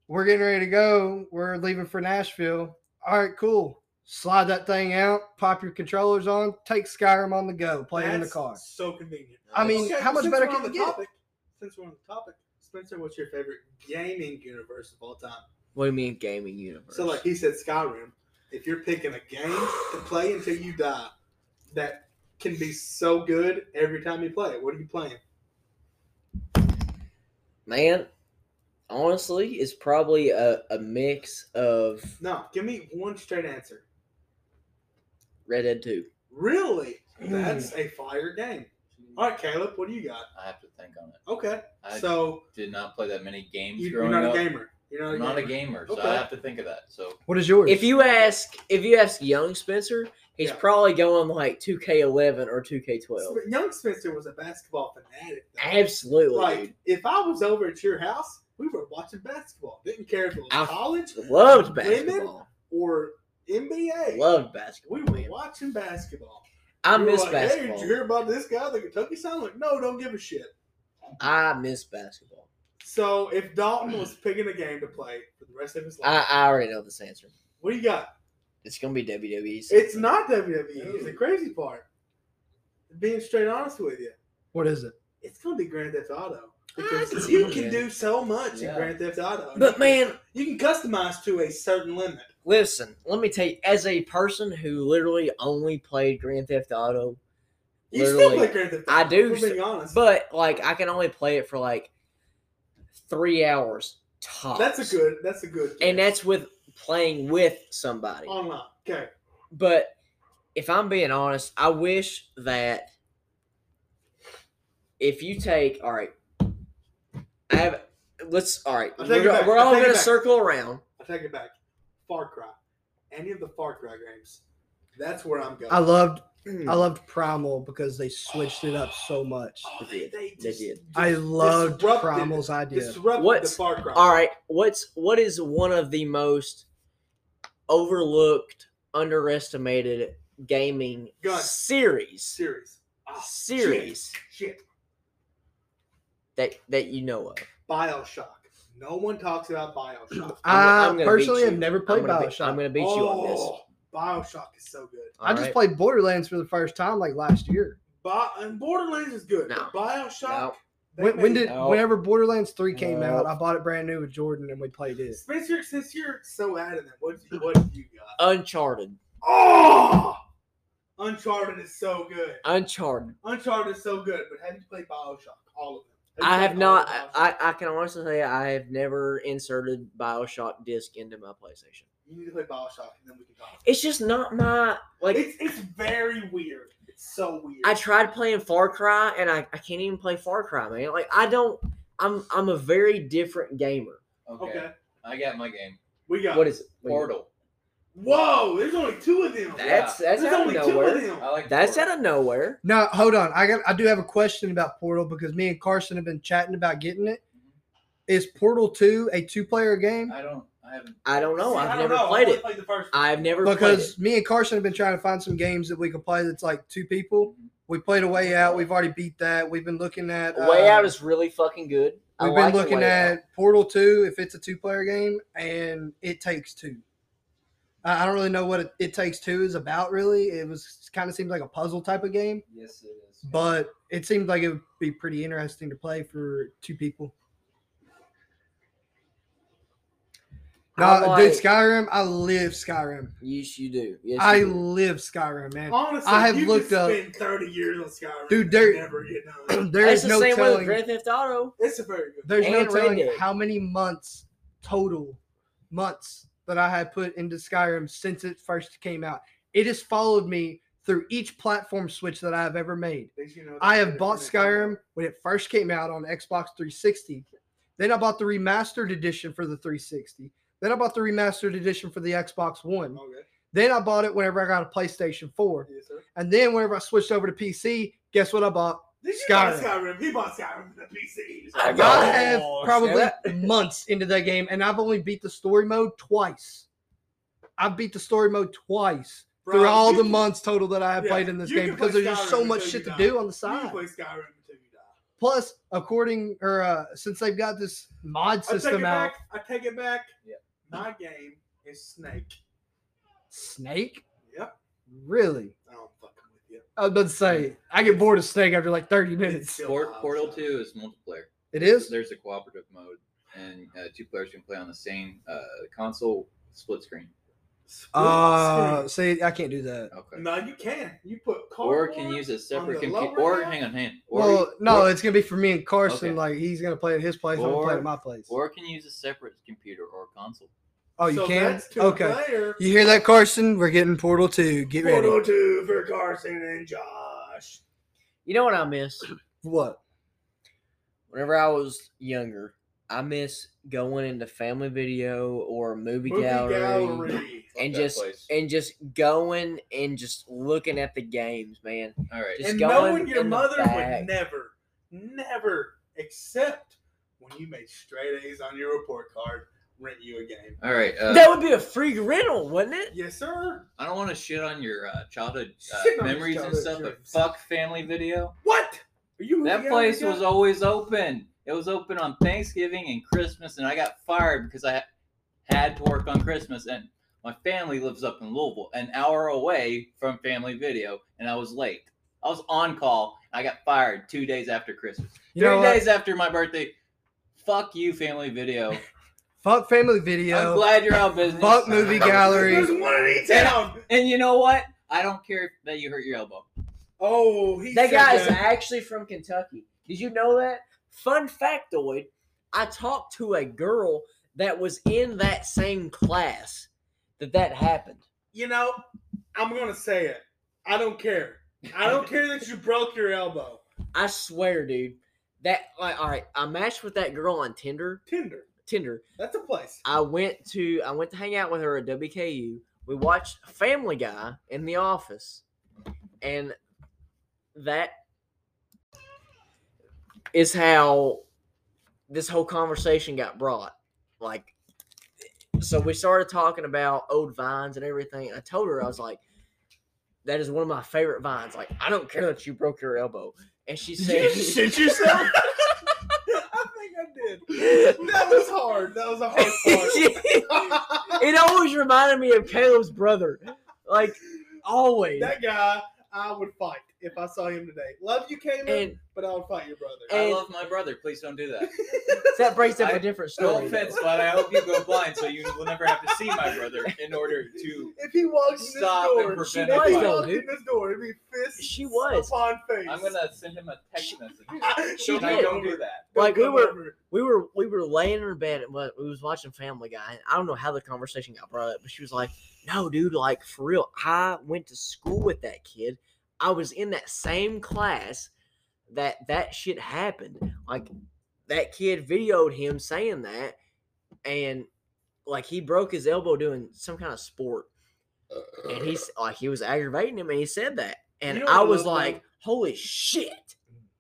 we're getting ready to go. We're leaving for Nashville. All right, cool. Slide that thing out, pop your controllers on, take Skyrim on the go, play it in the
That's
car.
So convenient.
I mean, how much
since
better
we're
can
on
you
the
get?
Topic, since we're on the topic, Spencer, what's your favorite gaming universe of all time?
What do you mean gaming universe?
So, like he said, Skyrim. If you're picking a game to play until you die, that can be so good every time you play it. What are you playing?
man, honestly, it's probably a, a mix of
No, give me one straight answer.
Red Dead Two.
Really? That's a fire game. All right, Caleb, what do you got?
I have to think on it.
Okay,
I
so
did not play that many games
you, are
growing
not
up.
a gamer. You're not a
I'm not
gamer.
a gamer, so
Okay.
I have to think of that. So
What is yours?
If you ask, if you ask young Spencer, he's
Yeah.
probably going like 2K11 or 2K12.
Sp- Young Spencer was a basketball fanatic. though.
Absolutely,
Like, if I was over at your house, we were watching basketball. Didn't care if it was
I-
college
dude. Loved
Women?
basketball.
or NBA.
Loved basketball.
we were
man.
watching basketball.
I
We were
miss
like, Hey,
basketball.
did you hear about this guy, the Kentucky Sound? Like, no, don't give a shit.
I miss basketball.
So, if Dalton was picking a game to play for the rest of his life,
I, I already know this answer.
what do you got?
It's gonna be E. WWE. soon.
It's not WWE. It's the crazy part. Being straight honest with you,
what is it?
it's gonna be Grand Theft Auto
I can
because
see
you
it,
can
man.
do so much in
Yeah.
Grand Theft Auto.
But man,
you can customize to a certain limit.
Listen, let me tell you, as a person who literally only played Grand Theft Auto,
You still
Literally.
play Grand Theft Auto.
I do,
If we're being honest.
but like I can only play it for like three hours tops.
that's a good. That's a good.
and that's with playing with somebody.
online. Okay.
But if I'm being honest, I wish that if you take all right, I have let's all right,
I take
we're,
it
go-
back.
we're
I
all
take it
gonna
back.
circle around.
I take it back. Far Cry. Any of the Far Cry games. That's where I'm going.
I loved I loved Primal because they switched it up so much.
Oh,
They did. They
just
did.
I loved
disrupted-
Primal's idea.
Disrupted
What's-
the Far Cry.
All right, what's what is one of the most overlooked, underestimated gaming
Gun.
series
Series. Ah,
series
Shit.
that that you know of?
Bioshock. No one talks about Bioshock.
I
I'm gonna beat
personally have
you.
never played
I'm gonna be-
Bioshock.
I'm gonna beat you on this.
Oh, Bioshock is so good.
I just played Borderlands for the first time like last year.
Bi- and Borderlands is good.
No.
but Bioshock.
No.
They
When, when
made-
did
Oh.
whenever Borderlands Three came
Oh.
out, I bought it brand new with Jordan and we played it.
Spencer? Since you're so adamant, what did you, what did you got?
Uncharted.
Oh, Uncharted is so good.
Uncharted.
Uncharted is so good, but have you played Bioshock? All of them.
I
you
have
played all
not.
of Bioshock?
I, I can honestly say I have never inserted Bioshock disc into my PlayStation.
You need to play Bioshock, and then we can talk.
It's just not my like.
it's it's very weird. It's so weird.
I tried playing Far Cry and I, I can't even play Far Cry, man. Like I don't. I'm I'm a very different gamer.
Okay.
okay,
I got my game.
we got.
What is it?
Portal.
Whoa, there's only two of them.
That's that's
there's
out of
only two of
nowhere.
them.
I like.
That's
Portal.
out of nowhere.
Now, hold on. I got I do have a question about Portal because me and Carson have been chatting about getting it. Is Portal Two a two player game?
I don't. I haven't.
I don't know.
See,
I've
I don't
never
know. I
played
only
it.
Played the first one.
I've never played
Because me and Carson have been trying to find some games that we could play that's like two people. We played a way out. We've already beat that. We've been looking at
it. Way
uh,
Out is really fucking good. I
We've
like
been
the
looking
Way
at
Out.
Portal Two if it's a two player game, and it takes two. I I don't really know what it, it takes two is about. Really, it was kind of seems like a puzzle type of game,
Yes, it is.
but it seemed like it would be pretty interesting to play for two people. No,
I like-
dude, Skyrim. I live Skyrim.
Yes, you do. Yes,
I
you do.
live Skyrim, man.
Honestly,
I have
you
looked
could
up-
spend thirty years on Skyrim.
Dude,
and
there-
never get done.
there
That's
is
the
no
same way with
telling.
Grand Theft Auto.
It's a very good.
There's no
And Red
telling
Dead.
how many months total months that I had put into Skyrim since it first came out. It has followed me through each platform switch that I have ever made.
Did you know that
I
they're
have bought
different than-
Skyrim when it first came out on Xbox 360. Then I bought the remastered edition for the 360. Then I bought the remastered edition for the Xbox One.
Okay.
Then I bought it whenever I got a PlayStation 4.
Yes, sir.
And then whenever I switched over to PC, guess what I bought?
Did you
Skyrim.
buy Skyrim? He bought Skyrim for the PC.
I
I
got
have
Oh,
probably months into that game, and I've only beat the story mode twice. I beat the story mode twice
Bro,
through all
you
the
can-
months total that I have
Yeah,
played in this
you
game
can
because
play
there's just
Skyrim
so much
until
shit
you
to
die.
do on the
You
side.
can play Skyrim until you die.
Plus, according or uh, since they've got this
I
mod
take it
system out,
back. I take it back.
Yeah.
My game is Snake.
Snake
Yep.
really.
I don't fucking with you.
I was about to say, I get bored of Snake after like 30 minutes.
still
Port-
wild,
Portal
so.
Two is multiplayer.
It is?
There's a cooperative mode, and uh, two players can play on the same uh, console split screen.
Split
Uh, see, I can't do that.
Okay.
Mm.
screen. No, you can. You put
or
cardboard.
can use a separate
the
computer.
lower
Or
half?
hang on, hang. on. Or,
Well, no,
or,
it's gonna be for me and Carson.
Okay.
Like he's gonna play at his place, I'm gonna play
Or-
at my place.
or can use a separate computer or console.
oh, you
so
can?
That's two
Okay.
Player,
You hear that, Carson? We're getting Portal 2. Get
Portal
ready.
Two for Carson and Josh.
You know what I miss?
What?
Whenever I was younger, I miss going into Family Video or movie,
Movie
gallery,
gallery.
Fuck
and
that
just
place.
and just going and just looking at the games, man.
all right.
just
and
going
knowing your
in the
mother
back.
would never, never accept when you made straight A's on your report card, rent you a game.
All right. Uh,
that would be a free rental, wouldn't it?
Yes, sir.
I don't want to shit on your uh, childhood
Shit
uh,
on his
memories and
childhood
stuff, but
dreams.
fuck Family Video.
What? Are you
That
really out
place
of
was
your-
always open. It was open on Thanksgiving and Christmas, and I got fired because I had to work on Christmas. And my family lives up in Louisville, an hour away from Family Video, and I was late. I was on call. And I got fired two days after Christmas.
You
Three
know what?
days after my birthday. Fuck you, Family Video.
Fuck Family
I'm
Video.
glad you're out of business.
Fuck Movie Gallery.
There's one in each town.
And you know what? I don't care that you hurt your elbow.
Oh, he
That
said
guy is
that.
actually from Kentucky. Did you know that? Fun factoid: I talked to a girl that was in that same class that that happened.
You know, I'm gonna say it. I don't care. I don't care that you broke your elbow.
I swear, dude. That like, all right. I matched with that girl on Tinder.
Tinder.
Tinder.
That's a place.
I went to I went to hang out with her at WKU. We watched Family Guy in the office, and that is how this whole conversation got brought. Like, so we started talking about old vines and everything. I told her I was like, "That is one of my favorite vines." Like, I don't care that you broke your elbow, and she
Did you
said,
just shit yourself? I think I did. That was hard. That was a hard part.
It always reminded me of Caleb's brother. Like always.
that guy, I would fight. if I saw him today. Love you, Cayman,
And
but I would fight your brother.
And-
I love my brother. Please don't do that.
that brings up a
I-
different
No
story.
offense, but I hope you go blind so you will never have to see my brother in order to.
if he walks in this
Stop and
door, she
prevent
it
was
from-
walking
Dude.
in this door. It'd be fist
She was.
upon face.
I'm gonna send him a text message.
She
No,
did.
Don't do that.
Don't
Like, we
come
were-
over.
we were we were laying in bed and we was watching Family Guy. And I don't know how the conversation got brought up, but she was like, "No, dude, like for real, I went to school with that kid. I was in that same class that that shit happened. Like that kid videoed him saying that, and like he broke his elbow doing some kind of sport, and he's like he was aggravating him, and he said that, and
You know
I
what I
was
love, though?
like, "Holy shit!"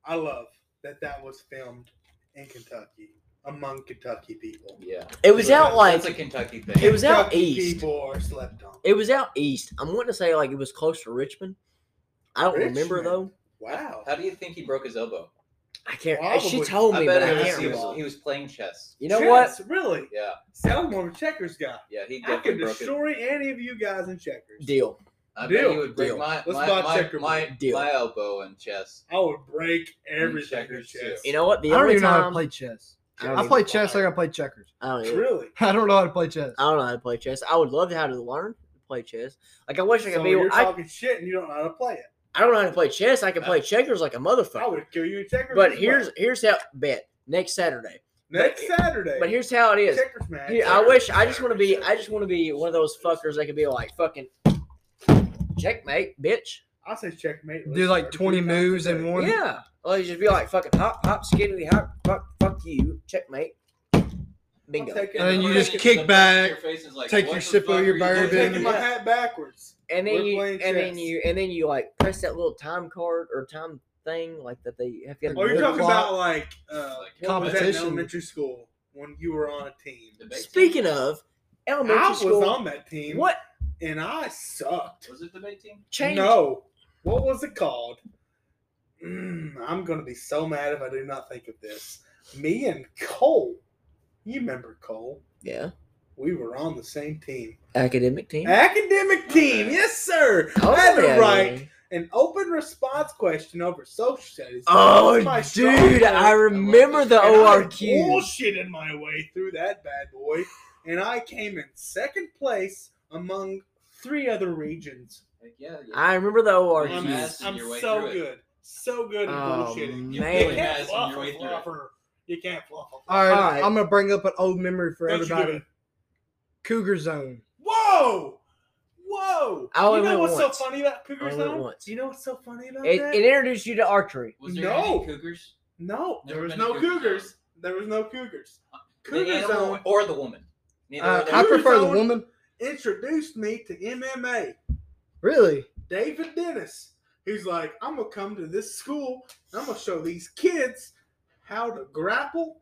I love that that was filmed in Kentucky among Kentucky people.
Yeah.
It was out like
That's a Kentucky thing.
It was out
Kentucky
east.
People are slept on.
It was out east. I'm wanting to say like it was close to Richmond. I don't remember
Richmond?
though.
Wow.
How do you think he broke his elbow?
I can't. She
Probably.
told me,
I
but
bet
I
it was,
can't
he, was,
remember.
he was playing chess.
You know what?
Chess, Really?
Yeah,
Sound more of a checkers guy.
yeah, he
I can
definitely broke his.
destroy any of you guys in checkers.
Deal.
I
Deal.
bet he would break
Deal.
my
Let's
my,
buy
my,
checker
my,
Deal.
my elbow and chess.
I would break everything in
checkers,
chess.
You know what? The
I don't
only
even know how to
time
play chess.
I don't
I
even-
play chess like I play checkers.
I don't, even,
Really?
I don't know how to play chess.
I don't know how to play chess. I would love how to learn to play chess. Like I wish I could
So
be.
you're
I,
talking shit and you don't know how to play it.
I don't know how to play chess. I can
Uh,
play checkers like a
I
motherfucker.
would kill you in checkers.
But
as
here's
well.
here's how bet next Saturday.
next Saturday.
But here's how it is.
checkers match.
Here, I wish I just want to be. I just want to be one of those fuckers that could be like fucking checkmate, bitch.
I say checkmate.
Do like 20 moves in one.
Yeah. Well, you just be like fucking hop, hop, skiddly hop, fuck, fuck you, checkmate. Bingo.
And then you
The
just
first-
kick
the first
back,
your face is like,
take
"What
your
the
sip of
fuck
your
are you
I'm
doing?"
bourbon.
taking my hat backwards.
And then
We're
you,
playing
and then
chess.
you, and then you like press that little time card or time thing like that they have. you
Oh, you're
Wood
talking
block.
about like uh, what
Like
was that in
competition.
elementary school when you were on a team.
Debate team?
Speaking of elementary
I was
school,
on that team.
what
And I sucked.
was it debate team?
changed?
No. What was it called? Mm, I'm gonna be so mad if I do not think of this. Me and Cole. You remember Cole?
Yeah,
We were on the same team.
academic team.
Academic team,
Okay.
yes, sir.
Oh,
I had
yeah.
to write an open response question over social studies.
Oh,
That's my strong
dude,
point.
I remember the
And I
ORQ.
bullshitted my way through that bad boy, and I came in second place among three other regions.
Like, yeah, yeah.
I remember the
You're
I'm,
mad.
ORQ.
massing
I'm
your way
so
through it.
good, so good at
Oh,
bullshitting.
man.
You can't
Massing your
fluff
way
a
through it.
fluffer. You can't fluff a
All right,
All right.
I'm gonna bring up an old memory for
Don't you do
everybody.
it.
Cougar Zone.
Whoa, whoa!
I only
you know
went
what's
once.
so funny about Cougar
I only went
Zone?
once.
You know what's so funny about
It,
that?
it introduced you to archery.
Was there
No.
any cougars?
no,
Never
there was
been to
no
Cougar
cougars.
Zone.
There was no cougars.
The
Cougar
animal
Zone
or the woman? Neither
Uh,
were there.
I prefer the
Zone.
woman.
introduced me to MMA.
Really?
David Dennis. He's like, I'm gonna come to this school. And I'm gonna show these kids how to grapple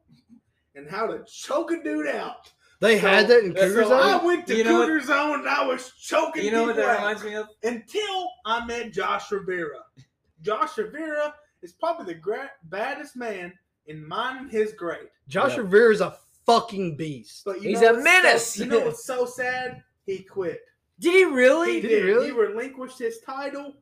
and how to choke a dude out.
They
So-
had that in Cougar
so
Zone.
I went to
You know what-
Cougar Zone and I was choking
You know what
people
that
out
reminds me of?
until I met Josh Rivera. Josh Rivera is probably the gra- baddest man in mine and his grade.
Josh
Yeah.
Rivera is a fucking beast.
But you
He's
know
a
what's so-
menace.
you know what's so sad? He quit.
Did he really?
He
Did
did.
he
He,
really?
relinquished his title,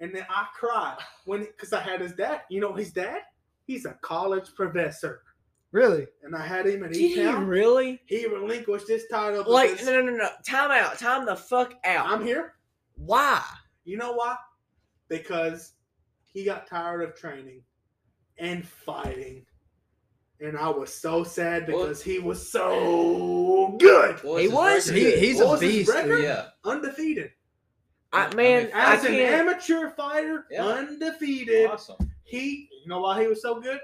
and then I cried when because I had his dad. You know his dad? He's a college professor,
Really?
and I had him at
Did
E
he
Town.
really?
He relinquished his title.
Like,
because
no, no, no, no. Time out. Time the fuck out.
I'm here.
Why?
You know why? Because he got tired of training and fighting. And I was so sad
Well-
because he was so good,
What
He
his
was?
record?
He, he's
What
a
was his
beast.
record?
dude.
yeah.
undefeated.
I, man, I,
As an
can't.
amateur fighter,
Yeah.
undefeated.
Awesome.
he you know why he was so good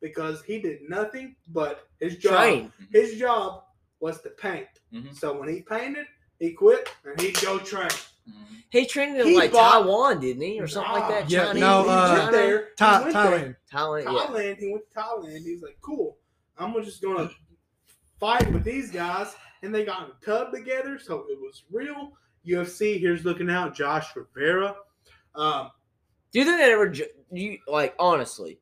because he did nothing but his job
Train.
Mm-hmm.
his job was to paint
Mhm.
so when he painted he quit and he'd go train
Mhm.
He trained in
He
like
bought-
Taiwan, didn't he, or something like that?
Yeah,
Chinese,
no,
he
uh,
went there he
Tha-
went there.
Thailand.
Thailand. Yeah.
Thailand, he went to Thailand. He was like, cool, I'm just going to fight with these guys. And they got in a tub together, so it was real. UFC, here's looking out, Josh Rivera. Um,
Do you think that ever? ju- You like honestly?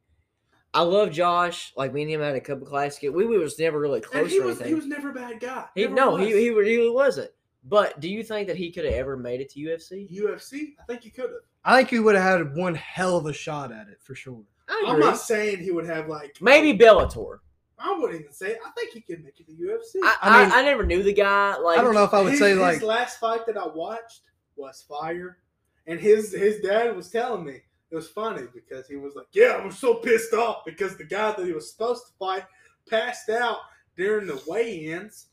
I love Josh. Like me and him had a couple of class. We, we was never really
and
close
he
or
was,
anything.
he was never a bad guy.
He-
Never
no,
was.
he he really wasn't. But do you think that he could have ever made it to UFC?
UFC, I think he could have.
I think he would have had one hell of a shot at it for sure.
I
I'm not saying he would have like.
Maybe Bellator.
I wouldn't even say. I think he could make it to UFC.
I,
I
I,
mean-
I never knew the guy. Like
I don't know if I would
his,
say
his
like
last fight that I watched was fire, and his his dad was telling me it was funny because he was like, "Yeah, I'm so pissed off because the guy that he was supposed to fight passed out during the weigh-ins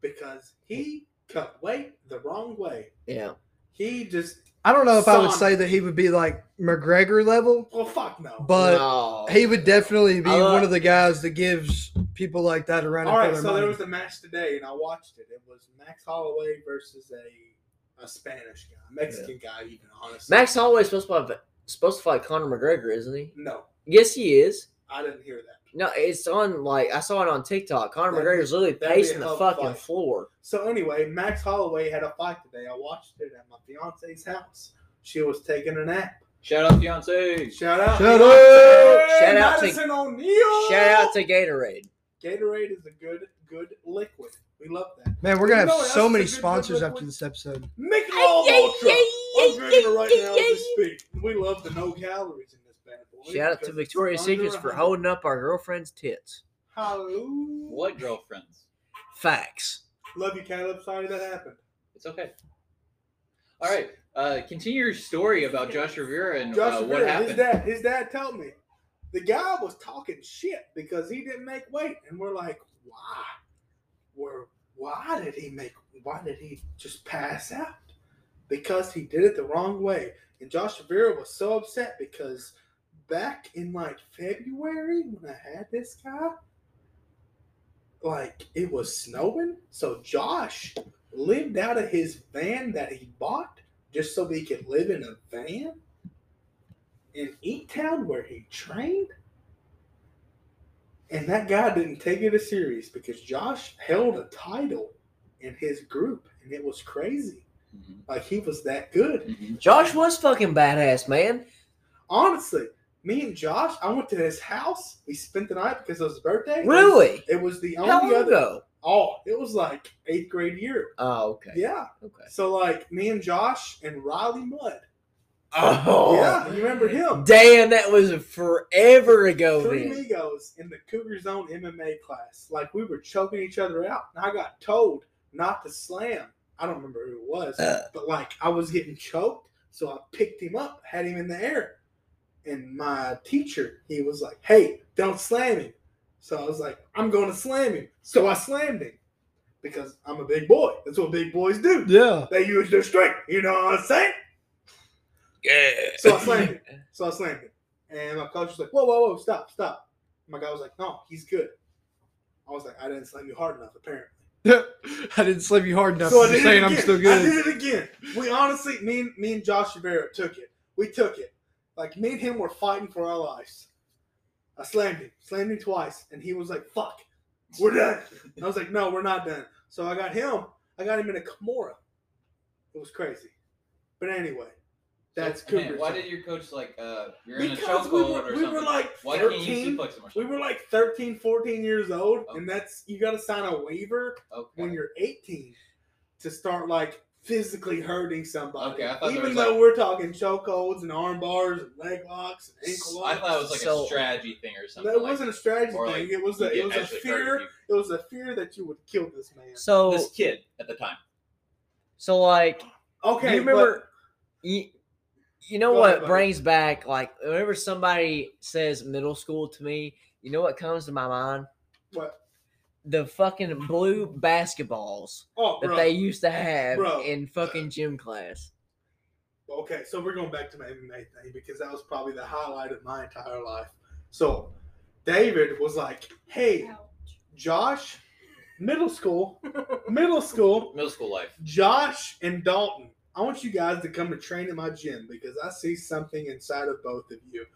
because he cut weight the wrong way.
Yeah.
He just
I don't know if I would
Son.
say that he would be like McGregor level,
well, fuck no.
but
No.
he would definitely be
I love-
one of the guys that gives people like that around.
Uh, All right, so
money.
there was a match today, and I watched it. It was Max Holloway versus a a Spanish guy, Mexican guy, even honestly.
Max Holloway's supposed to fight, supposed to fight Conor McGregor, isn't he?
no,
Yes, he is.
I didn't hear that.
No, it's on like I saw it on TikTok. Conor
That'd
McGregor's literally
that'd be a
pacing
hell
the
of a
fucking
fight.
floor.
So anyway, Max Holloway had a fight today. I watched it at my fiance's house. She was taking a nap.
Shout out fiance.
Shout out,
Shout
fiance,
out! Shout out to-
Madison O'Neal.
Shout out to Gatorade.
Gatorade is a good, good liquid. We love that.
Man, we're gonna
You
have
know what else
so
is
many
a good
sponsors
liquid?
after this episode.
Michelob
Ay, ay,
Ultra.
ay,
I'm
ay,
drinking it right
ay,
now as
ay.
we speak. We love the no calories in this bad boy.
Shout out to
because it's
Victoria's
under
Secrets for
100.
holding up our girlfriend's tits.
Hallelujah.
What girlfriends?
Facts.
Love you, Caleb. Sorry that happened.
It's okay. All right. Uh, continue your story about Josh Rivera and
Josh
uh,
Rivera,
what happened.
his dad, his dad told me the guy was talking shit because he didn't make weight, and we're like, why? Where? Why did he make? Why did he just pass out? Because he did it the wrong way, and Josh Rivera was so upset because back in like February when I had this guy, like it was snowing, so Josh lived out of his van that he bought just so he could live in a van in Eat Town where he trained. And that guy didn't take it as serious because Josh held a title in his group, and it was crazy.
Mhm,
Like he was that good.
mhm.
Josh was fucking badass, man.
Honestly, me and Josh, I went to his house. We spent the night because it was his birthday.
Really?
It was the
How
only
long
other.
ago?
Oh, it was like eighth grade year.
Oh, okay.
Yeah.
Okay.
So like me and Josh and Riley Mudd.
Oh.
Yeah, you remember him?
Damn, that was forever ago
Three
then.
Migos in the Cougar Zone MMA class. Like we were choking each other out. And I got told not to slam. I don't remember who it was,
Uh.
but like I was getting choked, so I picked him up, had him in the air. And my teacher, he was like, Hey, don't slam him. So I was like, I'm gonna slam him. So I slammed him. Because I'm a big boy. That's what big boys do.
Yeah,
They use their strength. You know what I'm saying? Yeah. So I slammed it. So I slammed it. And my coach was like, whoa, whoa, whoa, stop, stop. My guy was like, no, he's good. I was like, I didn't slam you hard enough, apparently.
I didn't slip you hard enough.
so I
for
did
saying
it again.
I'm still
I
good.
did it again. We honestly, me and, me and Josh Rivera took it. We took it. Like, me and him were fighting for our lives. I slammed him, slammed him twice, and he was like, fuck, we're done. I was like, no, we're not done. So I got him. I got him in a Kimura. It was crazy. But anyway, that's
so,
Cooper.
man, Why did your coach like uh, you're in a
because
chokehold
we were,
or something?
we were like
why can't
13.
you suplex him or
We
something?
were like 13, 14 years old,
Oh.
and that's you got to sign a waiver
Okay.
when you're 18 to start like physically hurting somebody.
Okay, I thought there
Even
was,
though
like-
we're talking chokeholds and arm bars and leg locks and ankle
I
locks.
thought it was like
So-
a strategy thing or
no,
something.
it wasn't a strategy
or, like,
thing. It was a, it was a fear. It was a fear that you would kill this man.
So,
This kid at the time.
so like,
Okay,
you remember? You, you know
Go
what
ahead, buddy.
brings back like whenever somebody says middle school to me, you know what comes to my mind?
but, what?
The fucking blue basketballs
Oh,
that
bro.
they used to have
Bro.
in fucking gym class.
Okay, so we're going back to my MMA thing because that was probably the highlight of my entire life. So David was like, hey, Josh, middle school, middle school,
Middle school life.
Josh and Dalton, I want you guys to come and train in my gym because I see something inside of both of you.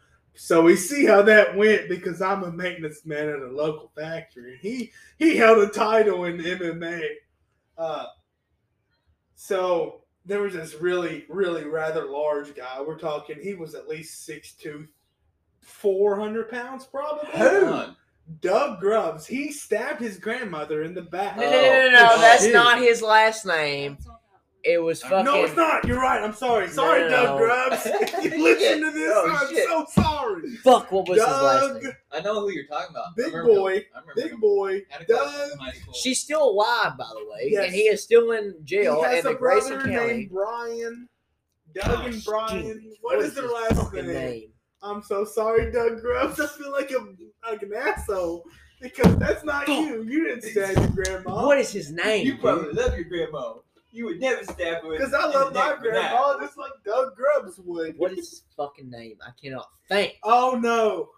So we see how that went because I'm a maintenance man at a local factory, and he he held a title in MMA. Uh, so there was this really, really rather large guy. We're talking he was at least 6'2", 400 pounds probably.
Hold on.
Doug Grubbs, he stabbed his grandmother in the back.
No, no, no, no, no,
Oh,
that's
shit.
not his last name. It was fucking.
No, it's not. You're right. I'm sorry.
No,
Sorry,
no,
Doug
no.
Grubbs. If you listen to this,
Oh,
I'm
shit.
so sorry.
Fuck, what was his
Doug,
last name?
I know who you're talking about. I
Big
remember
boy,
him. I remember
big
him.
boy,
Had a class
Doug.
in high school.
She's still alive, by the way,
Yes.
and he is still in
He
jail in
has
the
a
Grayson
brother
County. Oh,
named Brian. Doug
Gosh,
and Brian.
dude,
what is their
his
last
fucking
name? I'm so sorry, Doug Grubbs. I feel like a like an asshole because that's not you. You didn't stab your grandma.
What is his name?
you
dude?
probably love your grandma. You would never stab her. in-
Because I
in
love
the
my
neck for that.
grandma just like Doug Grubbs would.
What is his fucking name? I cannot think.
Oh no,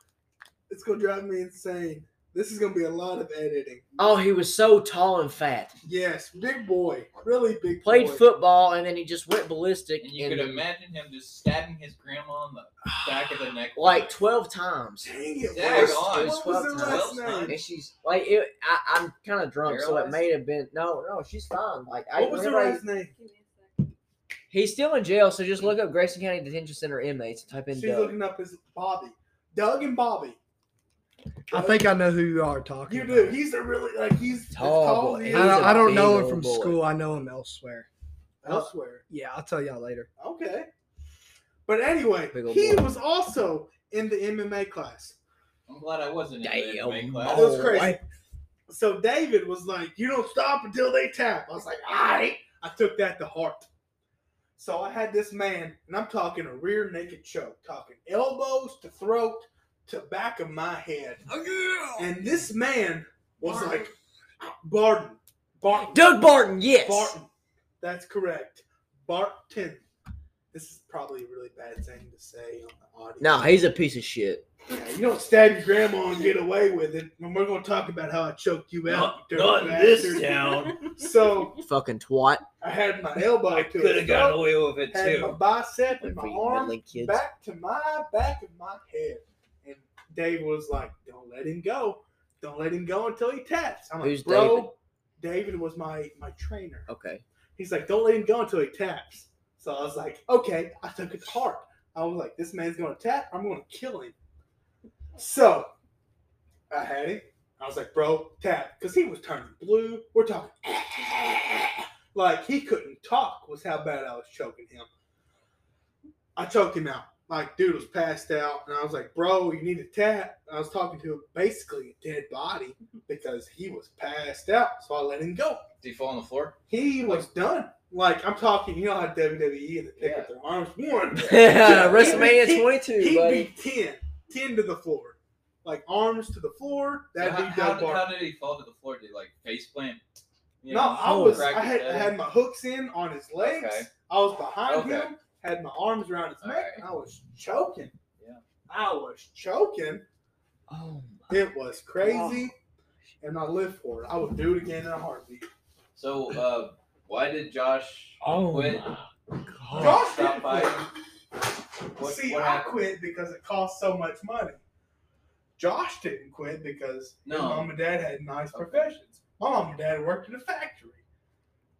it's gonna drive me insane. This is gonna be a lot of editing.
Oh, he was so tall and fat.
Yes, big boy, really big.
Played
boy.
football, and then he just went ballistic
And you could
and
imagine him just stabbing his grandma in the back of the neck.
like twelve times.
Dang it,
Dag
Wes.
on.
what was
Twelve
their
times.
last name?
And she's like, it, I, I'm kind of drunk, so it
Paralyzed?
may have been. No, no, she's fine. Like, I,
What was their
whenever I-
last name?
He's still in jail, so just look up Grayson County Detention Center inmates and type in
She's
Doug.
looking up his Bobby, Doug and Bobby.
I think I know who you are talking.
you
about.
do. He's a really like he's it's
Tall
tall.
boy.
He
He's
I
is
don't,
a
I don't
big
know him
old
from
boy.
school. I know him elsewhere.
elsewhere.
Yeah, I'll tell y'all later.
Okay. But anyway,
Big old
he
boy.
was also in the MMA class.
I'm glad I wasn't in the
Damn.
MMA
That
class.
Oh.
was crazy.
I-
So David was like, "You don't stop until they tap." I was like, "All right." I took that to heart. So I had this man, and I'm talking a rear naked choke, talking elbows to throat to back of my head, and this man was
Barton.
like, "Barton, Barton,
Doug Barton, yes.
Barton. That's correct. Barton. This is probably a really bad thing to say on the audio.
No, he's a piece of shit.
Yeah, you don't stab your grandma and get away with it. And we're going to talk about how I choked you out. you dirty bastard.
town.
So
Fucking twat.
I had my elbow to
Coulda
his throat,
away with it
had my bicep and
Wait
my
for you
arm
meddling kids.
back to my back of my head. And Dave was like, "Don't let him go. Don't let him go until he taps." I'm like,
Who's
"Bro, David? was my my trainer."
Okay.
He's like, don't let him go until he taps. So I was like, okay, I took it to heart. I was like, this man's gonna tap, I'm gonna kill him. So I had him. I was like, bro, tap. Because he was turning blue. We're talking like he couldn't talk was how bad I was choking him. I choked him out. Like dude was passed out, and I was like, "Bro, you need to tap." And I was talking to basically a dead body because he was passed out, so I let him go
Did he fall on the floor?
he was done. Like I'm talking, you know how WWE and the pick
Yeah.
up their arms one.
WrestleMania 22,
He'd
buddy.
be 10, 10 to the floor, like arms to the floor.
So
That'd
how,
be
how
Doug
did,
Barton.
how did he fall to the floor? Did he like face plant? You
no,
know,
I was.
crack
I
his
had, I
head?
had my hooks in on his legs.
Okay.
I was behind
Okay.
him. Had my arms around his neck.
Alright.
And I was choking.
Yeah.
I was choking.
Oh,
It was crazy, and I lived for it. I would do it again in a heartbeat.
So, uh, why did Josh
Oh
quit?
Oh.
Josh
Stop
didn't
by.
quit.
What,
See,
what
I
happened?
quit because it cost so much money. Josh didn't quit because
No.
his mom and dad had nice
Okay.
professions. My mom and dad worked in a factory,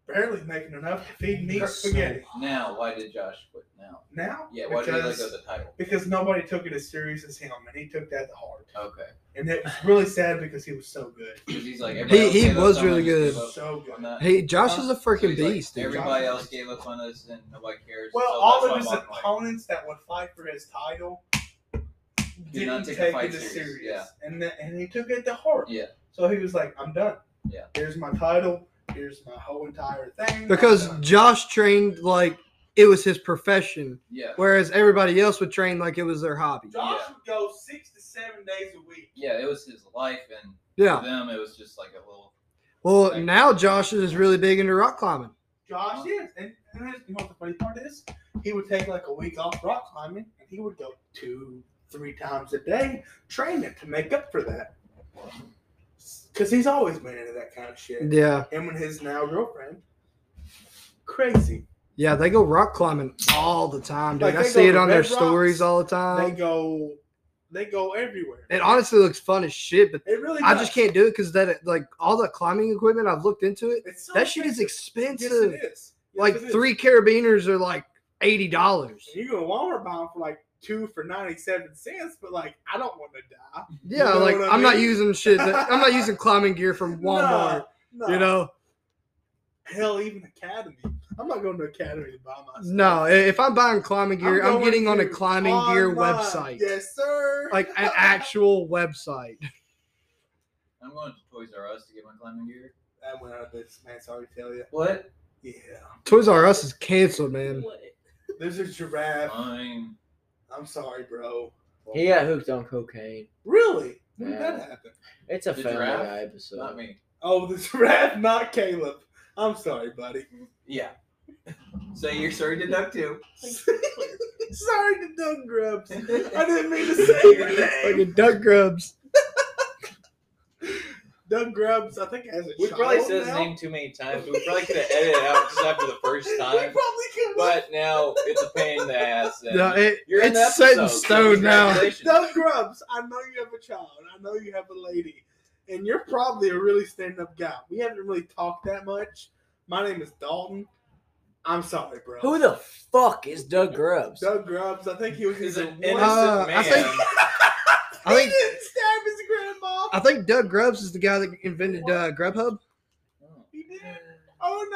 barely making enough to feed me
You're so-
spaghetti.
Now, why did Josh quit now?
Now,
Yeah, why did he let
because,
go of the title?
because nobody took it as serious as him, and he took that to heart.
Okay.
And it was really sad because he was so good.
Because he's like, everybody else
he
gave
was
up on
really
us,
He
good.
gave up
was so
on
good.
that.
Hey, Josh
Uh,
is a
So
freaking
he's like,
beast, dude.
Everybody else gave up on us and nobody cares.
Well,
so
all
that's
of
why
his
Mark Mike-
opponents that would fight for his title
Did not
didn't
take
take,
the
it
fight
as
serious,
serious,
yeah.
and th- and he took it to heart.
Yeah.
So he was like, "I'm done.
Yeah.
Here's my title. Here's my whole entire thing." I'm
Because
done."
Josh trained like it was his profession,
Yeah.
whereas everybody else would train like it was their hobby.
Josh
Yeah.
would go six to seven days a week.
Yeah, it was his life, and
Yeah.
for them, it was just like a little.
Well, now Josh is really big into rock climbing.
Josh is, and, and here's- you know what the funny part is? He would take like a week off rock climbing, and he would go two, three times a day training to make up for that. Because he's always been into that kind of shit.
Yeah.
him and his now girlfriend. Crazy.
Yeah, they go rock climbing all the time, dude.
Like,
I
they
see
go
it
to
on their
Red Rocks,
stories all the
They
time.
go, they go everywhere.
It honestly looks fun as shit, but
It really.
I
does.
just can't do it because that like all the climbing equipment I've looked into it.
It's so
That shit is
expensive.
expensive.
Yes, it is. Yes,
Like
it is.
three carabiners are like eighty dollars.
And you go to Walmart buy them for like two for 97 cents, but like, I don't want to die.
Yeah,
know
like
what I
I'm not
mean?
using shit. That, I'm not using climbing gear from Walmart.
No,
You know,
hell, even Academy. I'm not going to Academy to buy myself.
no. i- If I'm buying climbing gear, I'm,
going
getting on a
to
climbing gear
online.
website,
Yes, sir.
like an actual website.
I'm going to Toys R Us to get my climbing gear.
that went out of business, man. Sorry to tell you.
What?
Yeah.
Toys R Us is canceled, man.
There's a giraffe.
Fine.
I'm sorry, bro.
He got hooked on cocaine.
Really? When did
Yeah.
that happen?
It's a
The
family
giraffe?
guy episode.
Not me.
Oh, the giraffe, not Caleb. I'm sorry, buddy.
Yeah. Say your story to Doug too.
sorry to Doug Grubbs. I didn't mean to say your name.
Fucking duck grubs.
Doug Grubbs, I think, has a
We
child
probably said his
now.
name too many times. We probably could have edited it out just after the first
We
time.
probably could.
But now it's a pain in the ass. and
No, it,
you're in the
it's set in
episode, so
stone now.
congratulations.
Doug Grubbs, I know you have a child. I know you have a lady. And you're probably a really stand up guy. We haven't really talked that much. My name is Dalton. I'm sorry, bro.
Who the fuck is Doug Grubbs?
Doug Grubbs. I think he was
He's
either
an innocent
one.
Uh,
man.
I think- Uh, I
he
think
didn't stab his grandma.
I think Doug Grubbs is the guy that invented uh, Grubhub.
he did. Oh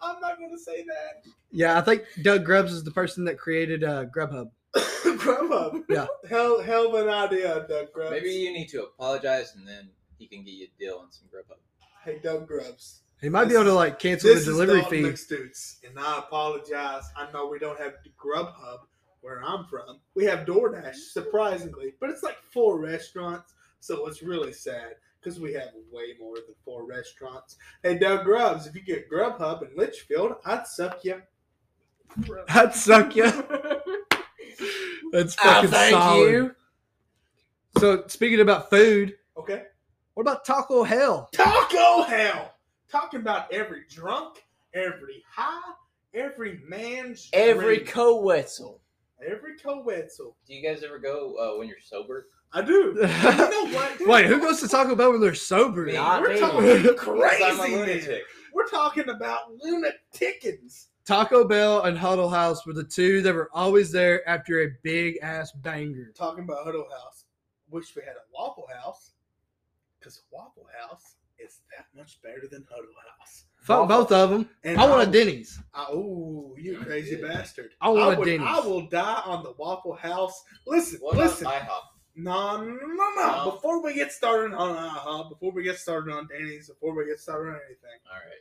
no. I'm not going to say that.
Yeah, I think Doug Grubbs is the person that created uh, Grubhub.
Grubhub.
Yeah.
Hell, hell of an idea, Doug Grubbs.
Oh, Maybe you need to apologize and then he can get you a deal on some grip up.
Hey, Doug Grubbs.
He might be
This-
able to like cancel the
this
delivery
is Dalton
fee.
McStoots, and I apologize. I know we don't have Grubhub where I'm from. We have DoorDash, surprisingly, but it's like four restaurants, so it's really sad because we have way more than four restaurants. Hey, Doug Grubbs, if you get Grubhub in Litchfield, I'd suck you.
I'd suck you. That's
Ah,
fucking solid.
you.
So speaking about food,
Okay.
what about Taco Hell?
Taco Hell, talking about every drunk, every high, every man's
Every
dream.
co wetzel.
every co-wetzel.
Do you guys ever go uh, when you're sober?
I do. You
Wait,
know what?
who goes to Taco Bell when they're sober?
Me.
Not
We're
me.
talking
Because I'm a
crazy. man.
lunatic.
We're talking about lunaticans.
Taco Bell and Huddle House were the two that were always there after a big ass banger.
Talking about Huddle House. Wish we had a Waffle House, because Waffle House is that much better than Huddle House.
Fuck
Waffle.
both of them.
And
I want a Denny's.
Oh, you crazy bastard!
I want a
would-
Denny's.
I will die on the Waffle House. Listen,
What
listen.
about IHOP?
No, no, no, no.
No.
Before we get started on IHOP, before we get started on Denny's, before we get started on anything.
All right.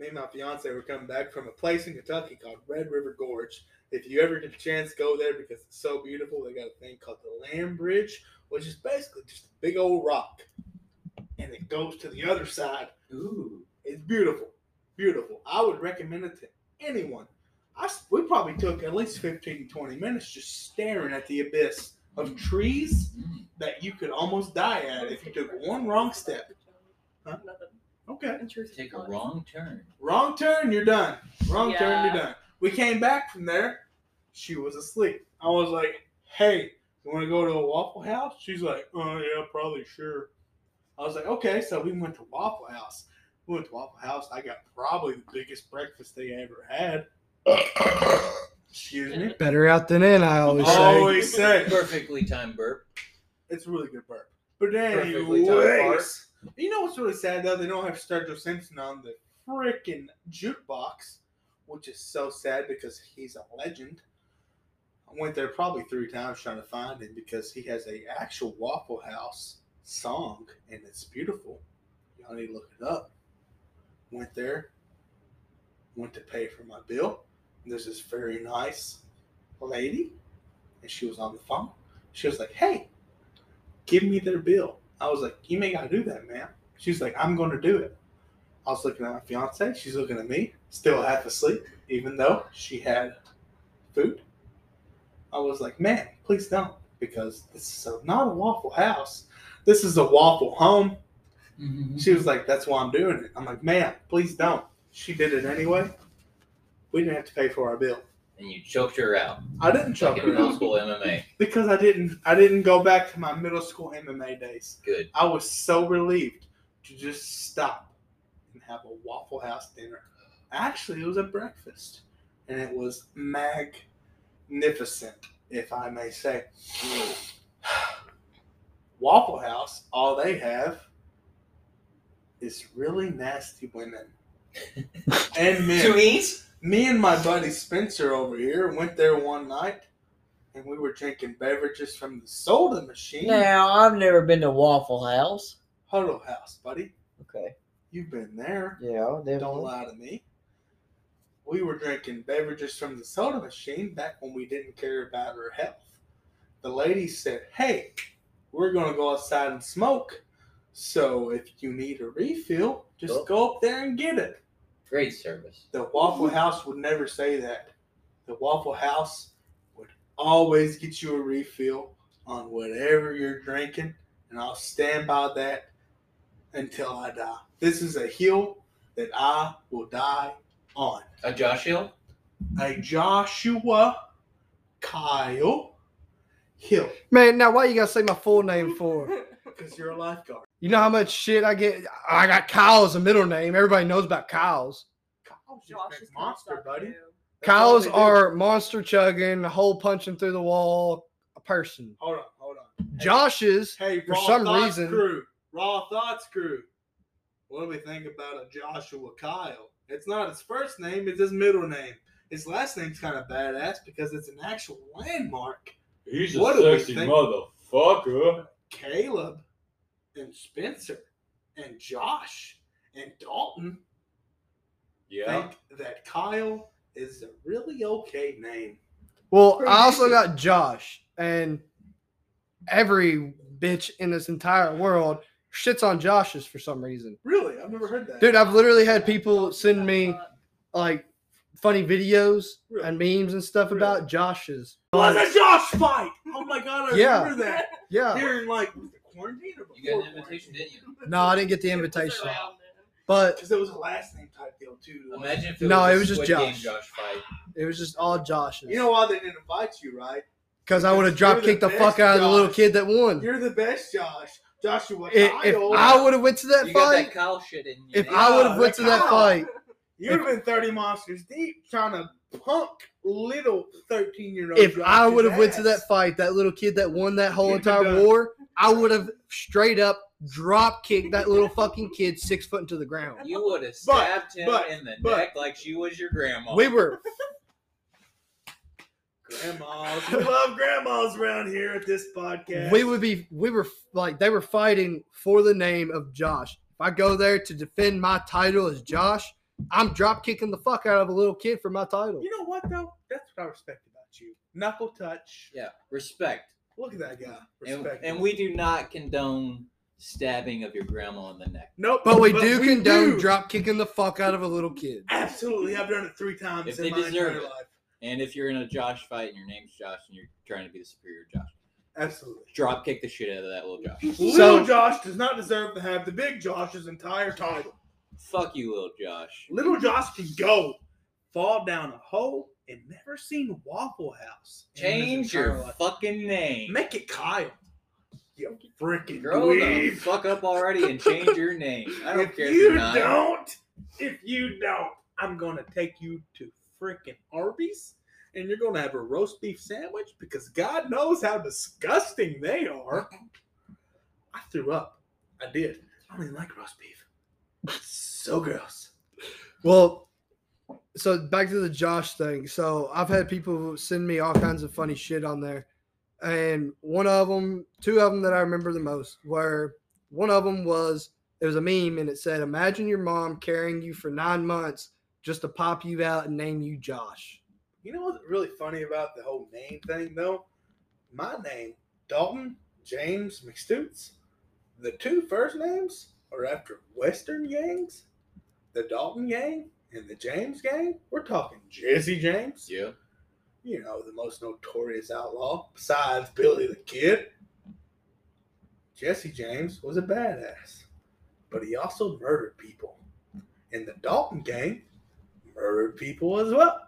me and my fiance were coming back from a place in Kentucky called Red River Gorge. If you ever get a chance, go there because it's so beautiful. They got a thing called the Land Bridge, which is basically just a big old rock, and it goes to the other side.
Ooh.
It's beautiful, beautiful. I would recommend it to anyone. I s- we probably took at least 15, 20 minutes just staring at the abyss of
Hmm.
trees
Mm.
that you could almost die at if you took one wrong step. Huh? Okay.
Take a wrong turn.
Wrong turn, you're done. Wrong turn,
Yeah.
you're done. We came back from there. She was asleep. I was like, hey, you want to go to a Waffle House? She's like, oh, yeah, probably sure. I was like, okay. So we went to Waffle House. We went to Waffle House. I got probably the biggest breakfast they ever had. Excuse me.
Better out than in, I always say.
Always say.
Perfectly timed burp.
It's a really good burp. But
Perfectly timed fart.
anyways, you know what's really sad though? They don't have Sturgill Simpson on the freaking jukebox, which is so sad because he's a legend. I went there probably three times trying to find him because he has a actual Waffle House song and it's beautiful. Y'all need to look it up. Went there, went to pay for my bill. And there's this very nice lady, and she was on the phone. She was like, "Hey, give me their bill. I was like, you may gotta do that, man. She's like, I'm gonna do it. I was looking at my fiance. She's looking at me, still half asleep, even though she had food. I was like, man, please don't, because this is a, not a Waffle House. This is a Waffle Home. She was like, that's why I'm doing it. I'm like, man, please don't. She did it anyway. We didn't have to pay for our bill.
And you choked her out.
I didn't
Like
chuck
in
her
middle
out
school MMA.
because I didn't. I didn't go back to my middle school MMA days.
Good.
I was so relieved to just stop and have a Waffle House dinner. Actually, it was a breakfast, and it was magnificent. if I may say. Waffle House, all they have is really nasty women and men.
To eat?
Me and my buddy Spencer over here went there one night, and we were drinking beverages from the soda machine.
Now, I've never been to Waffle House.
Huddle House, buddy.
Okay.
You've been there.
Yeah,
Don't lie to me. We were drinking beverages from the soda machine back when we didn't care about her health. The lady said, Hey, we're going to go outside and smoke. So if you need a refill, just
Oh.
go up there and get it.
Great service.
The Waffle House would never say that. The Waffle House would always get you a refill on whatever you're drinking, and I'll stand by that until I die. This is a hill that I will die on.
A Josh Hill?
A Joshua Kyle Hill,
Man, now why you gotta say my full name for?
because you're a lifeguard.
You know how much shit I get. I got Kyle as a middle name. Everybody knows about Kyles.
Oh,
Kyle's just that monster, buddy. That's all
Kyles
they do.
are monster chugging, hole punching through the wall, a person.
Hold on, hold on.
Josh's
Hey,
For
raw
some
thoughts
reason-
crew, raw thoughts crew. What do we think about a Joshua Kyle? It's not his first name; it's his middle name. His last name's kind of badass because it's an actual landmark.
He's
a What do we sexy think?
motherfucker.
Caleb, and Spencer, and Josh, and Dalton think that Kyle is a really okay name.
Well, I also got Josh, and every bitch in this entire world shits on Josh's for some reason.
Really, I've never heard that.
Dude, I've literally had people send me like funny videos
Really?
and memes and stuff
Really?
about Josh's.
was a Josh fight. Oh my god, I
uh, Yeah.
remember that.
Yeah.
During like quarantine or
You got
before
an invitation, didn't you?
No, I didn't get the invitation, but
Because it was a last name type deal too.
Imagine if it
No,
was a
it was just
Squid Game
Josh.
Josh fight.
it was just all Josh's.
You know why they didn't invite you, right?
because I would have drop kicked the
You're the
fuck out of the
best
little
Josh.
kid that won.
You're the best, Josh. Joshua
I- If
Kyle.
I would have went to that
You got
fight,
that Kyle shit in you. Ah,
if
man.
I would have
Yeah,
went to that
Kyle.
fight,
You'd have been 30 monsters deep trying to punk little 13 year old.
if I would have went to that fight, that little kid that won that whole
You'd been
entire
done.
war, I would have straight up drop kicked that little fucking kid six foot into the ground.
You would have stabbed him
but-
in the
but-
neck like she was your grandma.
We were
Grandmas. We love grandmas around here at this podcast.
we would be we were like they were fighting for the name of Josh. If I go there to defend my title as Josh, I'm drop kicking the fuck out of a little kid for my title.
You know what, though? That's what I respect about you. Knuckle touch.
Yeah, respect.
Look at that guy.
And,
Respect.
and we do not condone stabbing of your grandma in the neck.
Nope.
But we do condone
do.
drop kicking the fuck out of a little kid.
Absolutely. I've done it three times
If
in
they
my
deserve
entire
it.
life.
And if you're in a Josh fight and your name's Josh and you're trying to be the superior Josh,
Absolutely.
drop kick the shit out of that little Josh.
Little Josh does not deserve to have the big Josh's entire title.
Fuck you, little Josh.
Little Josh can go fall down a hole and never seen Waffle House. in his
Change
entire
your
life.
fucking name.
Make it Kyle. You freaking
Grow the
dweeb.
fuck up already and change your name. I don't
If
care if
you
you're not.
don't, if you don't, I'm gonna take you to freaking Arby's and you're gonna have a roast beef sandwich because God knows how disgusting they are. I threw up. I did. I don't even like roast beef. It's so gross.
Well, so back to the Josh thing. So I've had people send me all kinds of funny shit on there, and one of them, two of them that I remember the most were one of them was it was a meme and it said, "Imagine your mom carrying you for nine months just to pop you out and name you Josh."
You know what's really funny about the whole name thing, though? My name, Dalton James McStoots, the two first names are after Western gangs, the Dalton gang and the James gang. We're talking Jesse James,
Yeah.
you know, the most notorious outlaw besides Billy the Kid. Jesse James was a badass, but he also murdered people. And the Dalton gang murdered people as well.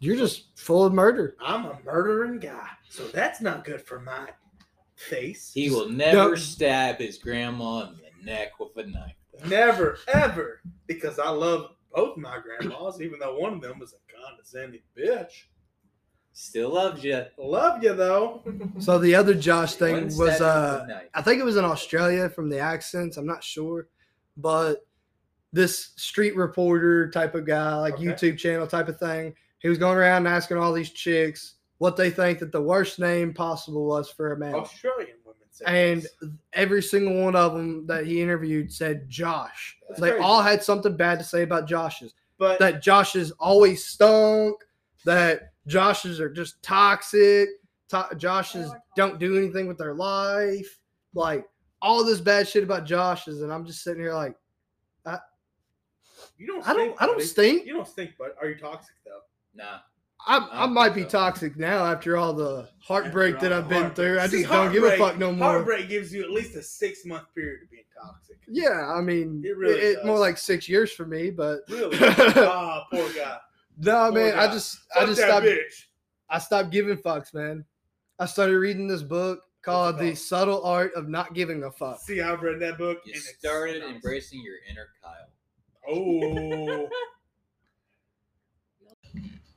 You're just full of murder.
I'm a murdering guy, so that's not good for my face.
He will never
Yep.
stab his grandma in the neck with a knife.
never, ever, because I love both my grandmas, even though one of them was a condescending bitch.
Still loves you.
Love you though.
So the other Josh thing was uh I think it was in Australia from the accents, I'm not sure, but this street reporter type of guy, like
Okay.
YouTube channel type of thing, he was going around and asking all these chicks what they think that the worst name possible was for a man.
Oh. Australian women. Say
and
this.
every single one of them that he interviewed said Josh.
That's
they
crazy.
all had something bad to say about Josh's.
but
That Josh's always stunk. That Josh's are just toxic. To- Josh's don't do anything with their life. Like all this bad shit about Josh's, and I'm just sitting here like
you don't.
I don't
stink,
I don't
buddy.
stink.
You don't stink, but are you toxic though?
Nah.
I,
don't
I might be
think so.
toxic now after all the heartbreak
After
that
all
I've
the
been
heartbreak.
through. I
See,
just don't give a
heartbreak-
fuck no more.
Heartbreak gives you at least a six month period of being toxic.
Yeah, I mean,
It really
it- it- more
does.
like six years for me, but
Really? Ah, poor guy.
No,
Poor
man, I
guy.
just I
Oh, Fuck
just
that
stopped
bitch.
I stopped giving fucks, man. I started reading this book
it
called The
called?
Subtle Art of Not Giving a Fuck.
See, I've read that book.
You
and it
started
sucks.
embracing your inner Kyle.
Oh,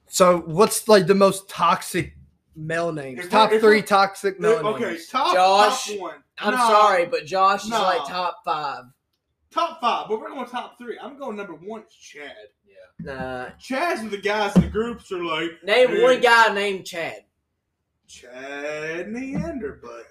So what's like the most toxic male names?
If
Top
we're- if
three
we're-
toxic male
okay.
names.
Top,
Josh,
top one.
I'm
No,
sorry, but Josh is
No.
like top five.
Top five, but we're going top three. I'm going number one. is Chad.
Yeah.
Nah.
Chad's with the guys in the groups are like
Name
Dude.
one guy named Chad.
Chad Neander, but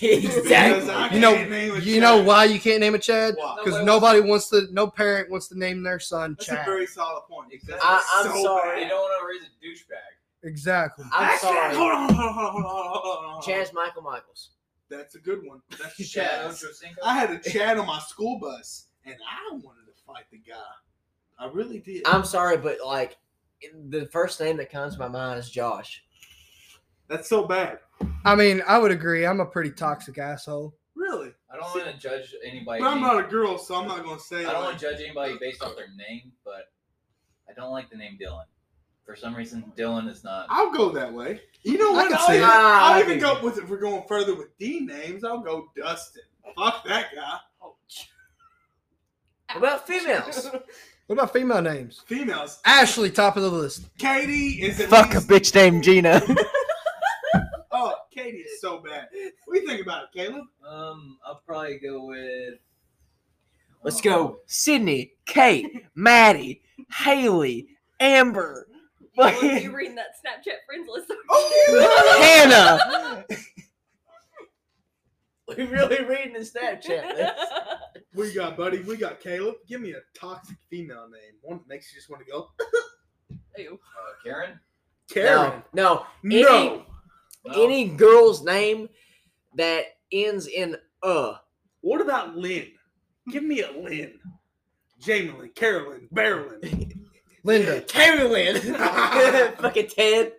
exactly.
You know- You know why you can't name a Chad?
Why?
Because
Nobody
nobody wants to. No parent wants to name their son
That's a
Chad.
very solid point.
Exactly.
I- I'm sorry.
You don't want to raise a douchebag.
Exactly.
I'm
Actually,
sorry.
Hold on, hold on, hold on, hold on, hold on, hold on.
Chad's Michael Michaels.
That's a good one. That's
Chad
Chad.
Ochocinco?
I had a Chad on my school bus, and I wanted to fight the guy. I really did.
I'm sorry, but like the first name that comes to my mind is Josh.
That's so bad.
I mean, I would agree. I'm a pretty toxic asshole.
Really.
I don't want to judge anybody.
But I'm not a girl, so I'm not gonna say.
I don't want
like-
to judge anybody based off their name, but I don't like the name Dylan. For some reason, Dylan is not.
I'll go that way. You know
I
what?
can
I'll
see
even,
it. Ah,
oh, I'll
I
even
can
go
see
with if we're going further with D names. I'll go Dustin. Fuck that guy.
What about females?
What about female names?
Females.
Ashley, top of the list.
Katie is at least-
bitch named Gina.
Oh, Katie is so bad. What do you think about it, Caleb?
Um, I'll probably go with.
Let's
um,
go. Sydney, Kate, Maddie, Haley, Amber,
Well, if you reading that Snapchat friends list?
Oh,
Hannah. we really reading the Snapchat. list.
We got buddy. We got Caleb. Give me a toxic female name. One that makes you just want to go.
Ew.
Uh, Karen?
Karen.
No,
No.
No. no,
No.
any girl's name that ends in uh.
What about Lynn? Give me a Lynn. Jamie Lynn, Carolyn, Marilyn.
Linda,
Carolyn. Fucking Ted.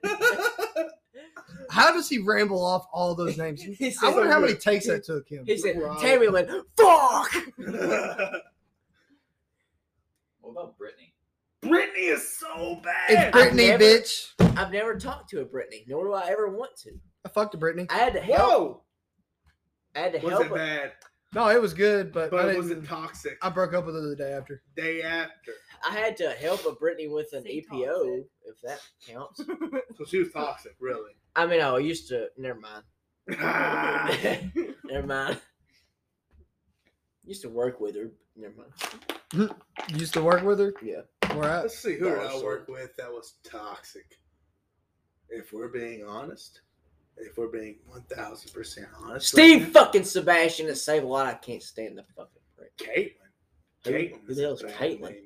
how does he ramble off all those names?
He
I
said-
wonder how many takes that took him.
He said,
Right.
Carolyn, fuck.
What about Brittany?
Brittany is so bad.
It's Brittany,
never-
bitch.
I've never talked to a Brittany, nor do I ever want to.
I fucked a Brittany.
I had to help.
Whoa.
I had to
Was
help.
it bad?
No, it was good, but, I,
But
didn't-
was it toxic?
I broke up with her the day after.
Day after.
I had to help a Brittany with an
Say
EPO, if that counts.
So she was toxic, really.
I mean, I used to. Never mind.
Ah.
Never mind. Used to work with her. Never mind.
You used to work with her?
Yeah.
Where at?
Let's see who did I
Awesome.
work with that was toxic. If we're being honest, if we're being one thousand percent honest,
Steve
right
fucking Sebastian and Save a Lot. I can't stand the fucking prick.
now, Caitlin,
Who-
Caitlin,
who
is
the
a
hell's
bad
Caitlin?
name. I-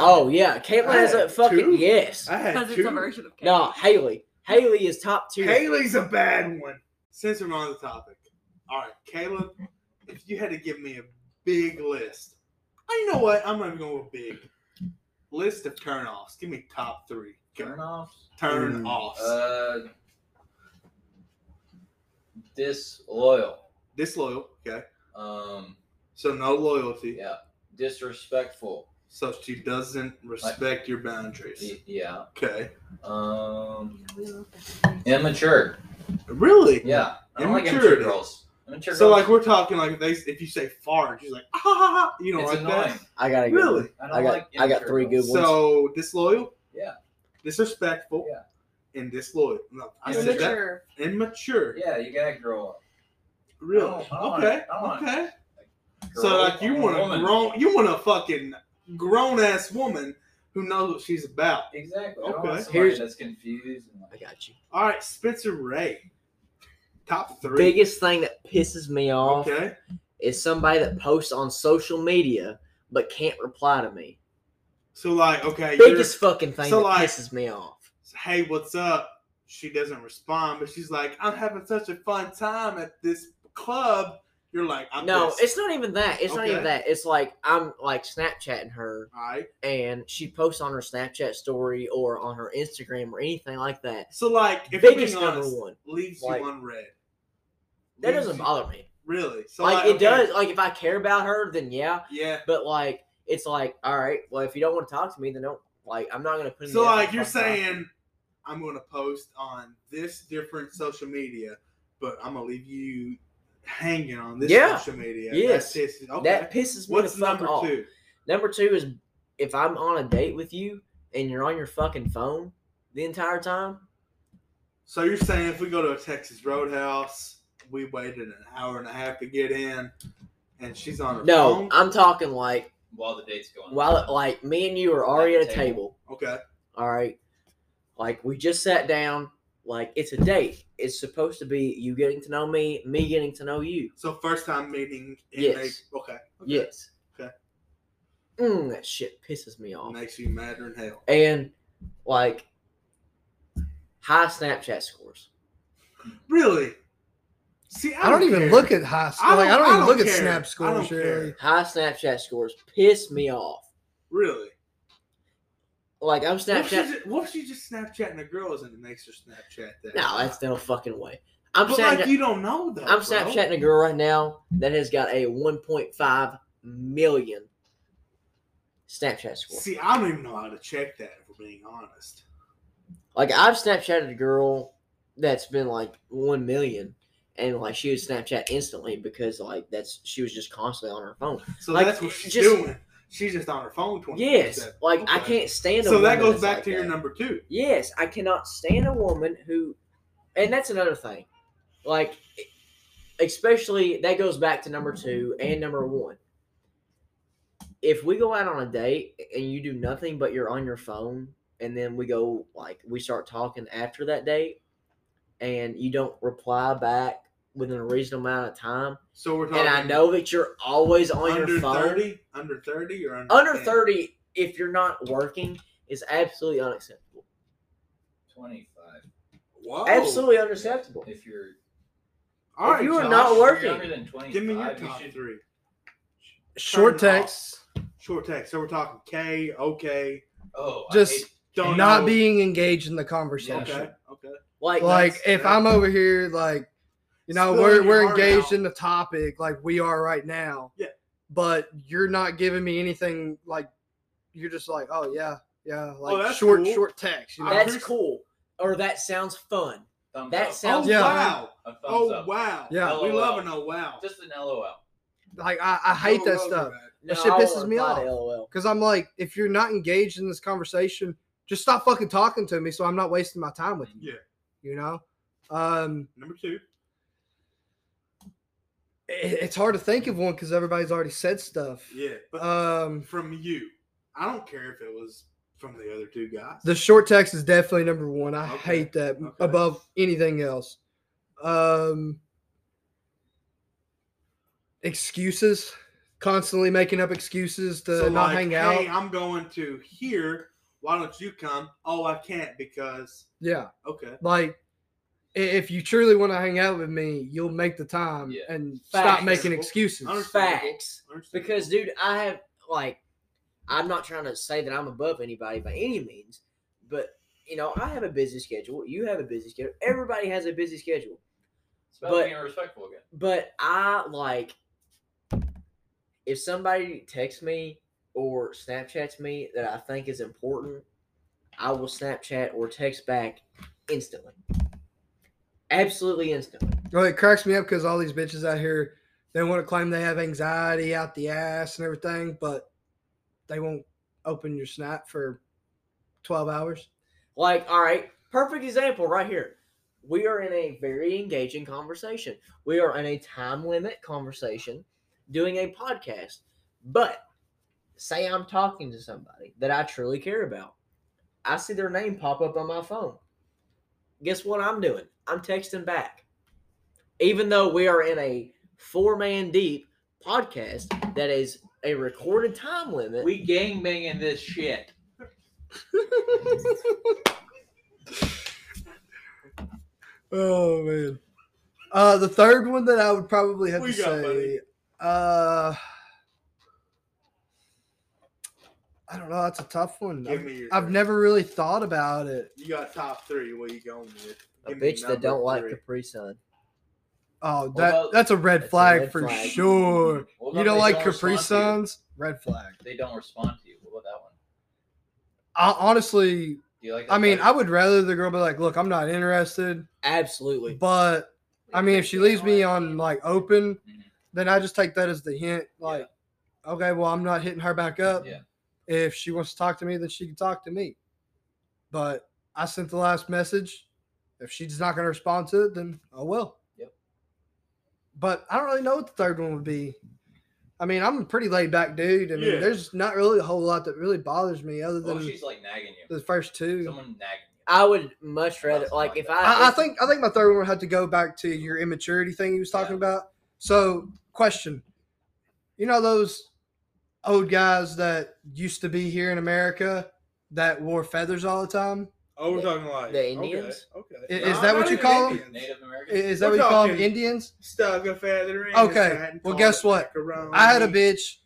Oh yeah, Caitlyn
I
has
had
a fucking
two.
yes.
I had
Because it's a
two.
version of Kate.
No, Haley. Haley is top tier.
Haley's a bad one. Since we're on the topic, all right, Caleb, if you had to give me a big list, I you know what I'm not even going with big list of turnoffs. Give me top three.
Turn offs?
Turn offs.
Uh, disloyal.
Disloyal. Okay.
Um,
So no loyalty.
yeah. Disrespectful.
So she doesn't respect your boundaries.
Y- Yeah.
Okay.
Um, immature.
Really?
Yeah. I don't like immature
Immaturity.
girls. Immature
So
girls.
like we're talking like if they if you say fart, she's like ah, ha, ha, ha," you know
it's
like
annoying.
that.
I got a good
Really?
one.
I don't
I got
like
I got
immature
three
girls.
good ones.
So disloyal.
Yeah.
Disrespectful.
Yeah.
and disloyal. No, I
You're
said that.
Immature.
Immature.
Yeah, you gotta grow up.
Really?
I don't- I don't-
okay.
I don't-
okay.
Grow
So
up.
like you
I'm a
want a
woman.
grown, you want a fucking grown ass woman who knows what she's about.
Exactly. I don't
Okay.
want somebody
Here's-
that's confused. And like,
I got you.
All right, Spencer Ray, top three.
Biggest thing that pisses me off
Okay.
is somebody that posts on social media but can't reply to me.
So like, okay, you're-
Biggest fucking thing
so,
that
like-
pisses me off.
hey, what's up? She doesn't respond, but she's like, I'm having such a fun time at this club. You're like, I'm
no,
pissed.
it's not even that. It's not
Okay.
even that. It's like I'm like Snapchatting her
all right.
and she posts on her Snapchat story or on her Instagram or anything like that.
So like, if we're
Biggest
being
number
honest,
one.
leaves
Like-
you unread.
That
Leaves
doesn't
you-
bother me.
Really? So
Like it
okay,
does. Like if I care about her, then yeah.
Yeah.
But like it's like all right. Well, if you don't want to talk to me, then don't. Like I'm not gonna put. in
So
the effort
like,
if
you're
I'm not-
saying, I'm gonna post on this different social media, but I'm gonna leave you hanging on this
Yeah.
social media.
Yes.
That pisses- okay.
that pisses me
What's
the fuck
number
off.
two?
Number two is if I'm on a date with you and you're on your fucking phone the entire time.
So you're saying if we go to a Texas Roadhouse, we waited an hour and a half to get in, and she's on her
No,
phone.
I'm talking like
while the date's going
while
on.
like me and you are already
At
at
the
a
table.
table.
Okay.
All right. Like we just sat down. Like it's a date. It's supposed to be you getting to know me, me getting to know you.
So first time meeting. It
Yes.
Makes, okay. okay.
Yes.
Okay.
Mm, that shit pisses me off.
Makes you madder than hell.
And like high Snapchat scores.
Really? See, I,
I don't even
care.
look at high school.
I
Like
don't-
I don't
I
even
don't
look at
care. I
snap
don't
scores.
care.
Really.
High Snapchat scores piss me off.
Really.
Like I'm
What if, she
Snapchat.
just, what if she just Snapchatting a girl and it makes her Snapchat that?
No, that's no fucking way. I'm
But
Snapchat.
like you don't know though.
I'm
bro.
Snapchatting a girl right now that has got a 1.5 million Snapchat score.
See, I don't even know how to check that. If we're being honest.
Like I've Snapchatted a girl that's been like one million, and like she would Snapchat instantly because like that's she was just constantly on her phone.
So
Like,
that's what she's
just-
doing. She's just on her phone twenty.
Yes, like I
Okay.
can't stand. A
So that
woman
goes
that's
back
like
to your
that.
number two.
Yes, I cannot stand a woman who, and that's another thing. Like, especially that goes back to number two and number one. If we go out on a date and you do nothing but you're on your phone, and then we go like we start talking after that date, and you don't reply back within a reasonable amount of time,
So we're talking.
and I know that you're always on
under
your phone.
thirty, under thirty, or under
Under
10?
thirty, if you're not working, is absolutely unacceptable.
twenty five.
Whoa.
Absolutely unacceptable.
If you're
All right,
if you are
Josh,
not
if you're
working.
younger than twenty
Give me your
five, you
top
should
three.
Short
Turn it off.
texts,
Short text. So we're talking K, OK.
Oh, I
Just
hate-
Don't
not
know.
being engaged in the conversation.
Okay. Okay.
Like,
Like
that's-
if I'm over here, like you know,
Spilling
we're
your
we're
heart
engaged
out.
in the topic, like we are right now.
Yeah.
But you're not giving me anything. Like you're just like, oh yeah, yeah, like
that's
short
cool.
short text. You know?
I
that's
appreciate-
cool, or that sounds fun.
thumbs
That
up.
sounds
oh,
Yeah.
wow.
A thumbs
Oh,
up.
wow.
Yeah.
We
LOL.
love an oh, wow.
Just an LOL.
like I, I hate that
Love
stuff
No,
That shit
I won't
pisses me
reply
off.
to LOL.
because I'm like, if you're not engaged in this conversation, just stop fucking talking to me, so I'm not wasting my time with you.
Yeah.
You know, um,
Number two.
it- it's hard to think of one because everybody's already said stuff.
Yeah. But
Um,
from you, I don't care if it was from the other two guys.
The short text is definitely number one. I
Okay,
hate that m-
okay.
above anything else. Um, excuses, constantly making up excuses to
So,
not
like,
hang
hey,
out.
I'm going to here. Why don't you come? Oh, I can't because.
Yeah,
Okay.
like i- if you truly want to hang out with me, you'll make the time
Yeah.
and
Facts.
stop making excuses.
Understand.
Facts,
Understand.
because dude, I have like, I'm not trying to say that I'm above anybody by any means, but you know, I have a busy schedule. You have a busy schedule. Everybody has a busy schedule,
It's about
But-
being respectful again.
but I like if somebody texts me or Snapchats me that I think is important, I will Snapchat or text back instantly. Absolutely instantly.
Well, it cracks me up because all these bitches out here, they want to claim they have anxiety out the ass and everything, but they won't open your snap for 12 hours.
Like, all right, perfect example right here. We are in a very engaging conversation. We are in a time limit conversation doing a podcast. But say I'm talking to somebody that I truly care about. I see their name pop up on my phone. Guess what I'm doing? I'm texting back. Even though we are in a four man deep podcast that is a recorded time limit.
We gang banging this shit.
Oh man. Uh, the third one that I would probably have
What
to
you got,
say.
buddy?
Uh, I don't know. That's a tough one.
Give
I've,
me your.
I've never really thought about it.
You got top three. What you going with?
a
Give me
bitch
number
that don't like
three.
Capri Sun.
Oh,
What
that
about-
that's a red
That's a
flag
red
for
flag.
sure.
What
You
about
don't
they
like Capri
respond to you?
Suns? Red flag.
They don't respond to you. What about that one?
I, honestly,
Do you like? that
I mean,
better?
I would rather the girl be like, "Look, I'm not interested,"
Absolutely.
but I mean, if she leaves me on like open,
Mhm.
then I just take that as the hint. Like, okay, well, I'm not hitting her back up.
Yeah.
If she wants to talk to me, then she can talk to me. But I sent the last message. If she's not going to respond to it, then I will.
Yep.
But I don't really know what the third one would be. I mean, I'm a pretty laid back dude. I mean,
Yeah.
there's not really a whole lot that really bothers me other
What
than
if Oh, she's like nagging you?
the first two.
Someone nagging you.
I would much rather
Nothing
like
like
if
that.
I,
I, I
if-
think I think my third one would have to go back to your immaturity thing he was talking
Yeah.
about. So, question: You know those old guys that used to be here in America that wore feathers all the time?
Oh, we're
The-
talking like
the Indians?
Okay.
I-
okay.
is
No,
that
not
what you
even
call 'em?
Indians.
Native American.
I- Is that
We're
what you call them?
talking-
Indians?
Stuck a feather in.
Okay,
his hat and
well,
called
guess
it
what?
macaroni.
I had a bitch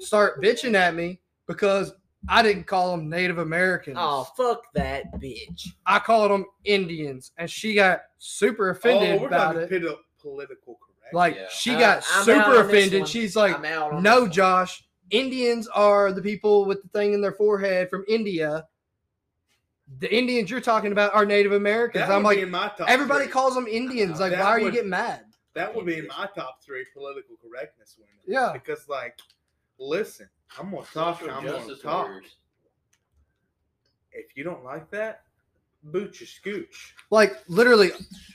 start bitching at me because I didn't call them Native Americans.
oh fuck that bitch.
I called them Indians, and she got super offended
oh, we're
about
talking
it.
poli- Political correct.
Like
Yeah.
she
Uh,
got
I'm out on
super
this
offended.
one.
She's like,
I'm out. On
No,
this
Josh. Indians are the people with the thing in their forehead from India. The Indians you're talking about are Native Americans.
that
I'm
would be
like,
in my top
everybody
three.
calls them Indians. Like,
That
why are you
would-
getting mad?
That would be in my top three political correctness women.
Yeah.
Because like, listen, I'm gonna talk. and
Social
I'm gonna
justice
talk.
warriors.
If you don't like that, boot your scooch.
Like, literally,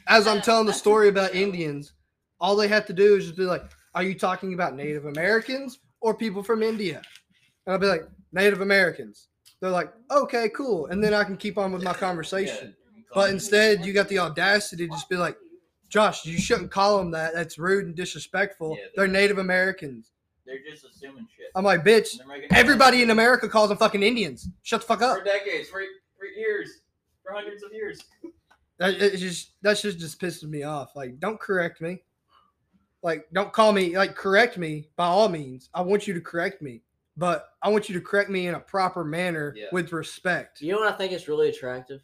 as I'm
Yeah,
telling the
that's
story
a-
about Indians, all they have to do is just be like, Are you talking about Native Americans or people from India? And I'll be like, Native Americans. They're like, Okay, cool. And then I can keep on with my conversation.
Yeah.
But instead, you got the audacity to just be like, Josh, you shouldn't call them that. That's rude and disrespectful.
Yeah,
they're
they're-
Native Americans.
They're just assuming shit.
I'm like, bitch,
And they're making-
everybody in America calls them fucking Indians. Shut the fuck
for
up.
decades, for, for years, for hundreds of years.
That it's just that shit just pisses me off. Like, don't correct me. Like, don't call me. Like, correct me by all means. I want you to correct me, but I want you to correct me in a proper manner
Yeah.
with respect.
Do you know what I think is really attractive?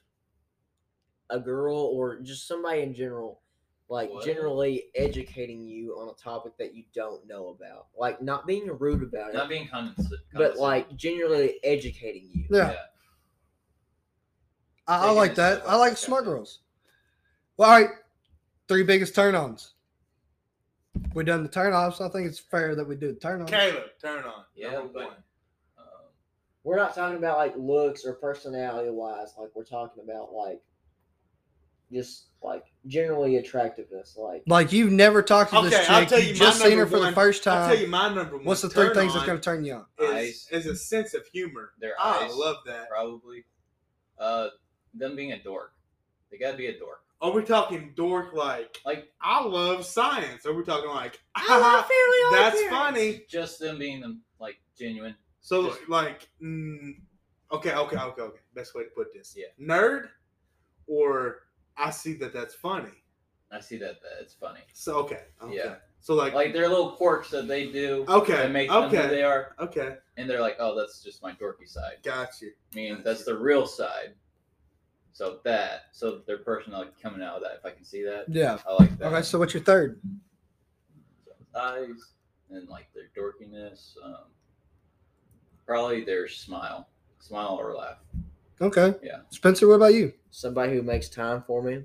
A girl or just somebody in general, like
What?
generally educating you on a topic that you don't know about, like not being rude about it,
Not being condescending.
but like generally educating you.
Yeah, I, I
Taking
like
this
that.
stuff
I
off
like
the
smart
shelf.
girls. Well, all right. Three biggest turn ons. we done the turn offs. I think it's fair that we do the turn ons.
Caleb, turn on.
Yeah,
number
but-
one.
Um,
We're not talking about like looks or personality wise, like we're talking about like just like generally attractiveness, like
Like you've never talked to this
Okay,
chick.
I'll tell you
you
my
just seen her
number
for the
one.
first
I'll tell
time.
you my number one.
What's the three
turn
things that's
on
going to turn you on?
is, is a sense of humor.
their
I
Ah,
eyes,
love that.
probably. Uh, them being a dork. They gotta be a dork.
Are we talking dork like
Like
I love science? Are we talking like
I
that's funny?
just them being them like genuine.
So
Just-
like, mm, okay, okay, okay, okay. Best way to put this.
Yeah.
Nerd, or I see that that's funny.
I see that. that it's funny.
So okay, okay.
Yeah.
So like,
Like their little quirks that they do.
Okay,
That make them
okay.
who they are,
okay,
and they're like, oh, that's just my dorky side.
got you.
I mean, that's the real side. So that, so their personality coming out of that. If I can see that,
Yeah.
I like that.
Okay. So what's your third?
eyes and like their dorkiness. Um, probably their smile, smile or laugh.
Okay.
Yeah.
Spencer, what about you?
somebody who makes time for me.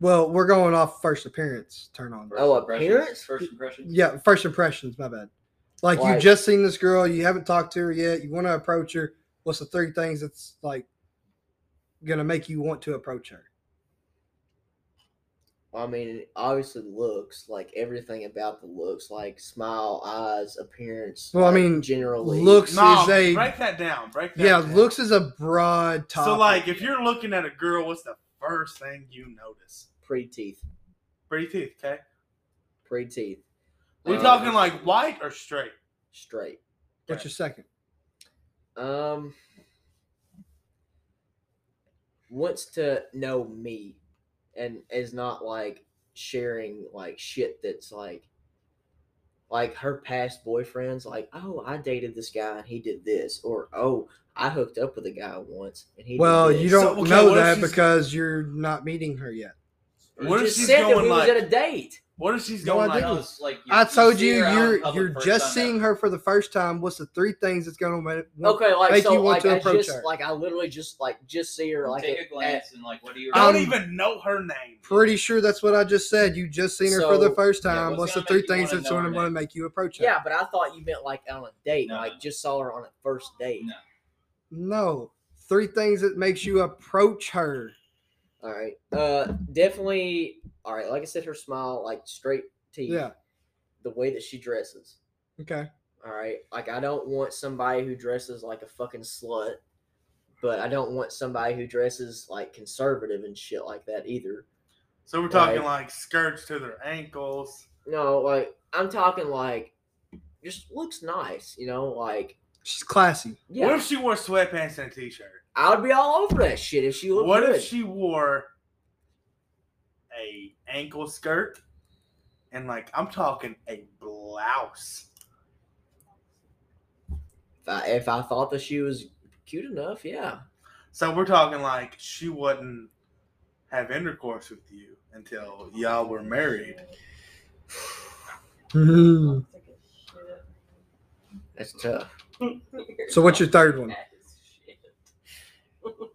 Well, we're going off first appearance turn on.
First
Oh,
impressions-
appearance?
First impressions.
Yeah, first impressions. My bad. Like you
Like-
just seen this girl, you haven't talked to her yet. You want to approach her. What's the three things that's like gonna make you want to approach her?
I mean, it obviously looks like everything about the looks, like smile, eyes, appearance.
Well, I
like,
mean,
generally
looks
No,
is a
break that down. Break that
yeah,
down.
looks is a broad topic.
So, like, if you're looking at a girl, what's the first thing you notice?
pre teeth,
Pretty teeth, okay?
pre teeth.
We
Uh,
Um,
talking like white or straight?
straight.
what's your second?
Um, wants to know me, and is not like sharing like shit that's like, like her past boyfriends. Like, oh, I dated this guy and he did this, or oh, I hooked up with a guy once and he.
Well,
did this.
you
So,
don't
okay,
know
what if
that
she's-
because you're not meeting her yet.
You
What if
just
she's
said that
going
we
like?
was at a date.
what if she's
No,
going
I
like?
didn't.
No, it's like
I told
see
you,
her out in
you're
public
you're
first
just
time,
seeing her for the first time. What's the three things that's gonna make?
Okay, like
Make
so,
you want
like
to
I
approach
just
her.
like I literally just like just see her like
take
at-
a glance and like what do you
I don't
Um,
even know her name.
Pretty sure that's what I just said. You just seen her for the
So,
first
yeah,
time.
what's
what's the
gonna
three
make you
things
wanna
that's
know her
gonna want to
name?
make you approach her?
yeah, but I thought you meant like on a date,
No,
like
no.
just saw her on a first date.
No.
No, three things that makes you approach her.
All right. Uh, definitely. All right. Like I said, her smile, like straight teeth.
Yeah.
The way that she dresses.
Okay.
All right. Like I don't want somebody who dresses like a fucking slut, but I don't want somebody who dresses like conservative and shit like that either.
So we're talking
Right.
like skirts to their ankles.
No, like I'm talking like just looks nice, you know, like
She's classy.
yeah.
What if she wore sweatpants and a t-shirt?
I would be all over that shit if she looked
What
good.
if she wore a ankle skirt and like I'm talking a blouse?
if, I, if I thought that she was cute enough, yeah.
So we're talking like she wouldn't have intercourse with you until y'all were married. Mm-hmm.
so
That's tough.
Hmm.
what's your third one?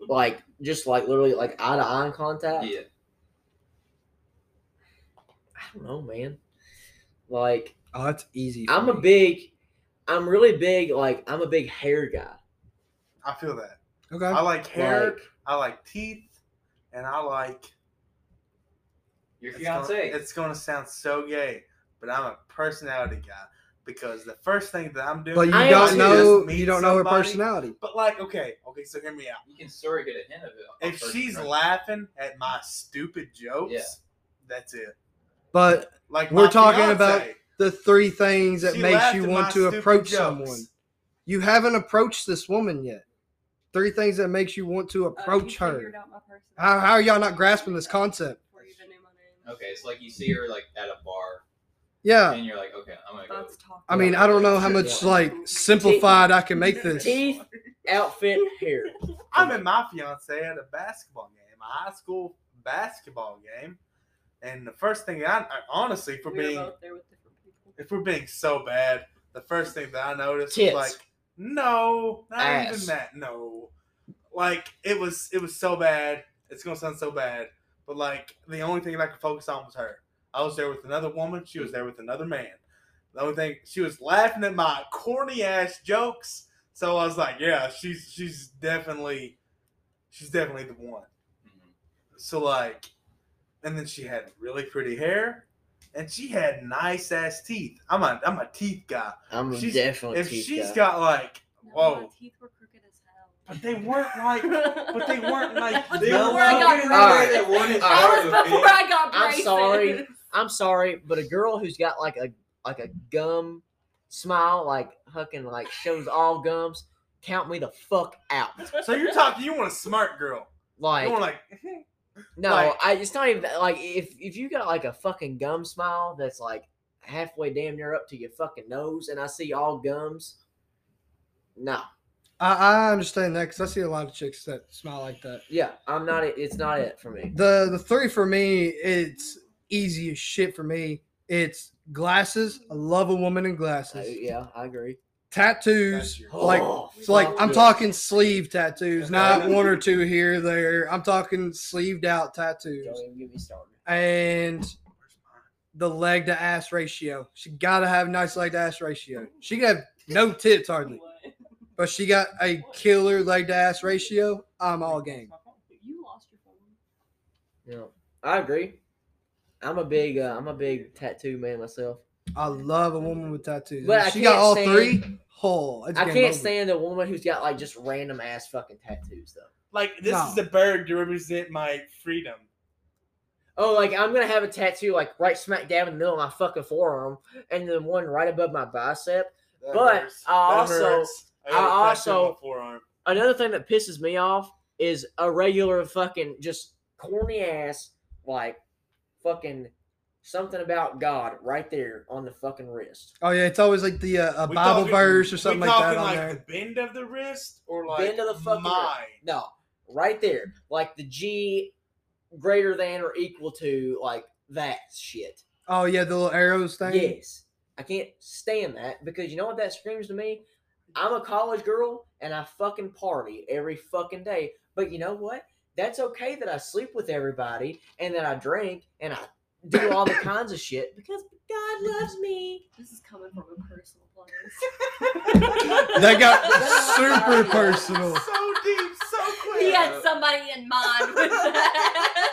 like just like literally like eye to eye contact.
Yeah.
I don't know, man. Like
Oh, that's easy. for
I'm a
me.
big, I'm really big. Like I'm a big hair guy.
I feel that.
okay.
I like hair,
Like
I like teeth, and I like
Your
It's gonna-
fiance.
It's going to sound so gay, but I'm a personality guy because the first thing that I'm doing.
But you
I am
don't
too.
know.
is meet
You don't know her
somebody.
personality.
But like, okay, okay, so hear me out.
You can sort of get a hint of it. on
If
first
she's
impression.
laughing at my stupid jokes,
Yeah.
that's it.
But
Like
We're
my
talking about
fiance,
the three things that
she
makes
laughed
you
at my
want to
stupid
approach
jokes.
someone. You haven't approached this woman yet. Three things that makes you want
Uh,
to approach her. How, how are y'all not grasping this concept?
okay, it's like you see her like at a bar,
Yeah.
and you're like, okay, I'm gonna go.
I mean, I don't know how much
Yeah.
like simplified I can make this.
teeth, outfit, hair.
I'm in my fiance at a basketball game, a high school basketball game, and the first thing I I- honestly, for being if we're being so bad, the first thing that I noticed
Tits.
was like, no, not
Ass.
even that, no. Like it was, it was so bad. It's gonna sound so bad, but like the only thing that I could focus on was her. I was there with another woman. She was there with another man. The only thing she was laughing at my corny ass jokes. So I was like, yeah, she's she's definitely, she's definitely the one.
Mhm.
So like, and then she had really pretty hair, and she had nice ass teeth. I'm a I'm a teeth guy.
I'm
She's-
definitely
If
teeth
she's
guy.
got like,
Whoa.
whoa, but they weren't like, but they weren't like.
That was
they
before
were
I got
fucking-
Alright.
braces.
Alright.
That was before I got
I'm
braces.
sorry. I'm sorry, but a girl who's got like a like a gum smile, like hucking, like shows all gums. Count me the fuck out.
So you're talking, you want a smart girl.
Like
You want like,
No,
Like-
I, it's not even that- like if if you got like a fucking gum smile that's like halfway damn near up to your fucking nose, and I see all gums. No,
I, I understand that because I see a lot of chicks that smile like that.
yeah, I'm not. it- It's not it for me.
The the three for me, it's easy as shit for me. It's glasses. I love a woman in
I-
glasses.
yeah, I agree.
Tattoos.
That's
Like
Oh,
It's like
fuck
I'm
yeah.
talking sleeve tattoos,
Okay.
not one or two here or there. I'm talking sleeved out
Don't
tattoos
even get me started.
and the leg to ass ratio. She gotta have nice leg to ass ratio. She can have no tits hardly, but she got a killer leg to ass ratio. I'm all game.
Yeah, I agree. I'm a big, uh, I'm a big tattoo man myself.
I love a woman with tattoos.
But
If
I
she got
can't
all
stand-
three. Oh, it's
I
game
can't
over.
stand a woman who's got like just random ass fucking tattoos though.
Like this
No.
is a bird to represent my freedom.
Oh, like I'm gonna have a tattoo like right smack dab in the middle of my fucking forearm, and then one right above my bicep.
That
But
hurts.
I
That
also-
hurts. I, got
I
a tattoo on my
also-
forearm.
Another thing that pisses me off is a regular fucking just corny ass like fucking something about God right there on the fucking wrist.
Oh yeah, it's always like the uh, a
We
Bible
talking-
verse or something
we
like that
talking
on
like
there.
The bend of the wrist or like
Bend of the fucking
mine.
No, right there, like the G greater than or equal to like that shit.
Oh yeah, the little arrows thing.
Yes. I can't stand that because you know what that screams to me? I'm a college girl and I fucking party every fucking day. But you know what? That's okay that I sleep with everybody and that I drink and I do all the kinds of shit because God loves me.
This is coming from a personal place.
That got super personal.
So deep, so quick.
He had somebody in mind with that.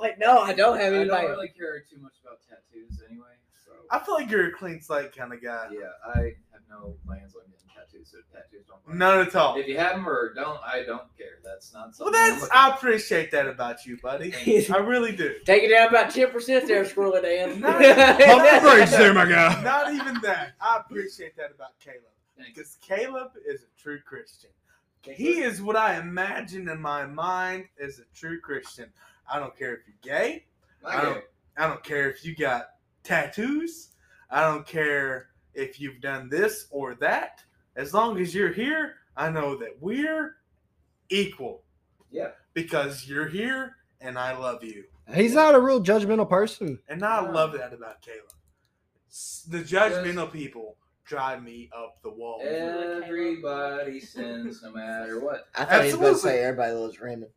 like, no, I don't
I
have
don't
anybody.
really care too much about tattoos anyway. So
I feel like you're a clean slate kind of guy.
yeah, I have no plans on getting tattoos, so tattoos don't. bother me.
None at all.
If you have them or don't, I don't care. That's not
Well,
something. I'm
that's
looking
I appreciate that about you, buddy. I really do.
Take it down about 10% there, Squirrel Dan.
No.
Pump the brakes
dude.
there, my guy.
Not even that. I appreciate that about Caleb
Thank
because Caleb is a true Christian. He is what I imagine in my mind as a true Christian. I don't care if you're gay.
for.
I don't, I don't care if you got tattoos. I don't care if you've done this or that. As long as you're here, I know that we're equal.
Yeah.
Because you're here and I love you.
He's not a real judgmental person.
And I
Yeah.
love that about Caleb. S- The judgmental people drive me up the wall.
Eh.
Everybody sins, no matter what.
I thought he was going to
Absolutely.
say everybody loves Raymond.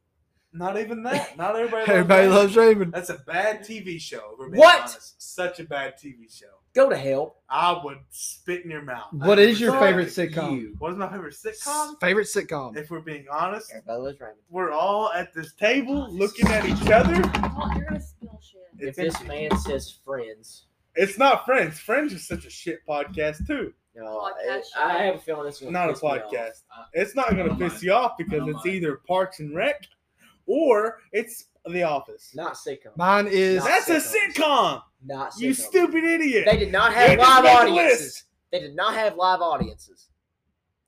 Not even that. Not everybody. loves
Everybody
that.
loves Raven.
That's a bad TV show. if we're being
What?
honest. Such a bad TV show.
Go to hell.
I would spit in your mouth.
What is your
Fuck
favorite sitcom?
you. What is my favorite sitcom?
Favorite sitcom.
If we're being honest,
Everybody loves Raymond.
we're all at this table looking at each other.
Oh, you're gonna spill shit.
If
It's,
this
empty.
man says friends,
it's not Friends. Friends is such a shit podcast too.
No, I-
Podcast
eh, I
show.
have a feeling this one.
Not a podcast.
Uh,
It's not
I
gonna
don't
piss
mind.
you off because
don't
it's
mind.
either Parks and Rec or it's The Office.
Not sitcom.
Mine is
Not
That's a
sitcoms.
sitcom.
not sitcom.
You stupid idiot.
They did not
You
have
just
live
made the
audiences.
list.
They did not have live audiences.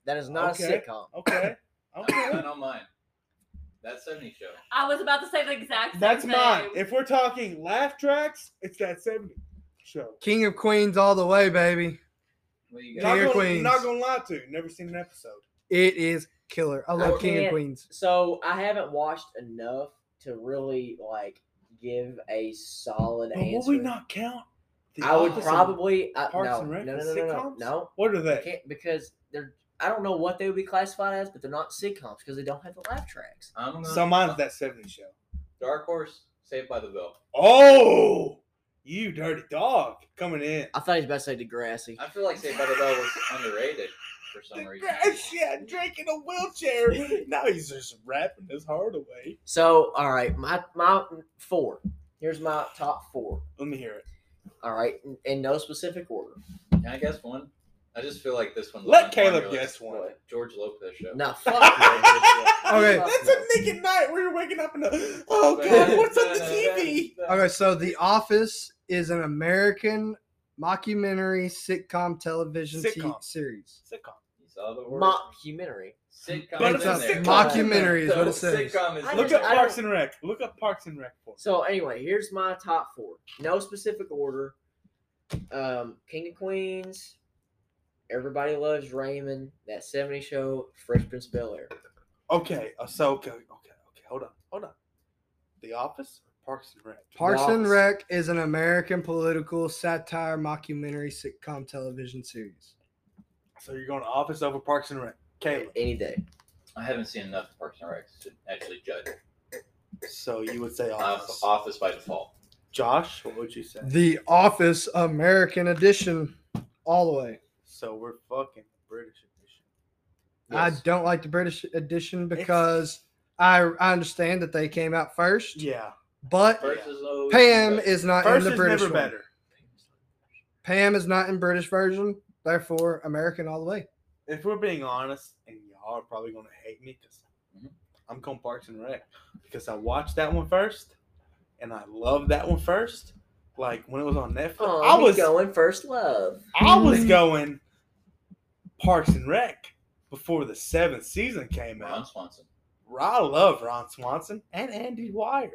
That is not a
Okay.
sitcom.
Okay.
I
Okay.
don't mind. That's Sony show.
I was about to say the exact same
That's
thing.
mine. If we're talking laugh tracks, it's that same show.
King of Queens all the way, baby.
What do you
King
got?
Not
of
gonna,
Queens.
not gonna lie to. you, Never seen an episode.
It is killer. I love King of
can't-
Queens.
So I haven't watched enough to really like give a solid
But will
answer.
we not count? The
I would
Office and-
probably I,
Parks
no,
and
no,
Rec
no,
as
no, no, no,
sitcoms?
no.
What are
I
they?
can't because they're. I don't know what they would be classified as, but they're not sitcoms because they don't have the laugh tracks.
I'm gonna,
So mine's that '70s show.
Dark Horse, Saved by the Bell.
Oh, you dirty dog coming in.
I thought he was about to say Degrassi.
I feel like Saved by the Bell was underrated for some reason.
Yeah, Drake in a wheelchair. now he's just rapping his heart away.
So all right, my my four. Here's my top four.
Let me hear it.
All right, in, in no specific order.
Can I guess one? I just feel like this one's
Let
on
Caleb
formula.
guess one.
What? George Lopez show.
No, fuck. you.
Okay.
That's a Nick at night where you're waking up and oh god, what's on the
uh,
TV?
Okay, so The Office is an American mockumentary sitcom television te-
Sitcom.
series.
Sitcom.
You saw the word?
Mockumentary.
sitcom
But it's
is
it's a
in there.
sitcom.
mockumentary is what it
So
says.
Sitcom is
I
Look
don't-
up
there.
I
Parks and Rec. Look up Parks and Rec for us.
So anyway, here's my top four. No specific order. Um, King of Queens. Everybody loves Raymond. That 70 show. Fresh Prince of Bel Air.
Okay, uh, so okay, okay, okay. Hold on, hold on. The Office, or Parks and Rec.
Parks and
Office.
Rec is an American political satire mockumentary sitcom television series.
So you're going to Office over Parks and Rec. Caleb.
Any day.
I haven't seen enough Parks and Rec to actually judge.
So you would say
Uh,
Office.
office by default.
Josh, what would you say?
The Office American Edition, all the way.
So we're fucking British edition.
I
Yes.
don't like the British edition because I I understand that they came out first,
Yeah.
but
First is always
Pam
better.
is not
First
in the
is
British
never
one.
better.
Pam is not in British version, therefore American all the way.
If we're being honest, and y'all are probably gonna hate me because
Mm-hmm.
Mhm.
I'm going Parks and Rec because I watched that one first, and I loved that one first. Like when it was on Netflix,
Oh,
I was
going first love.
I was going Parks and Rec before the seventh season came
Ron
out.
Swanson.
I love Ron Swanson and Andy Dwyer.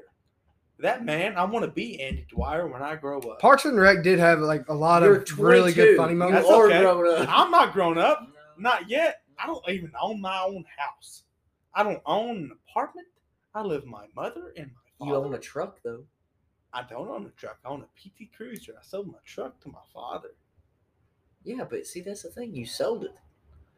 That man, I want to be Andy Dwyer when I grow up.
Parks and Rec did have like a lot of really good funny moments.
That's
You are
okay.
grown up.
I'm not grown up.
No.
Not yet. I don't even own my own house. I don't own an apartment. I live with my mother and my
You
father.
own a truck though.
I don't own a truck. I own a PT Cruiser. I sold my truck to my father.
Yeah, but see, that's the thing. You sold it.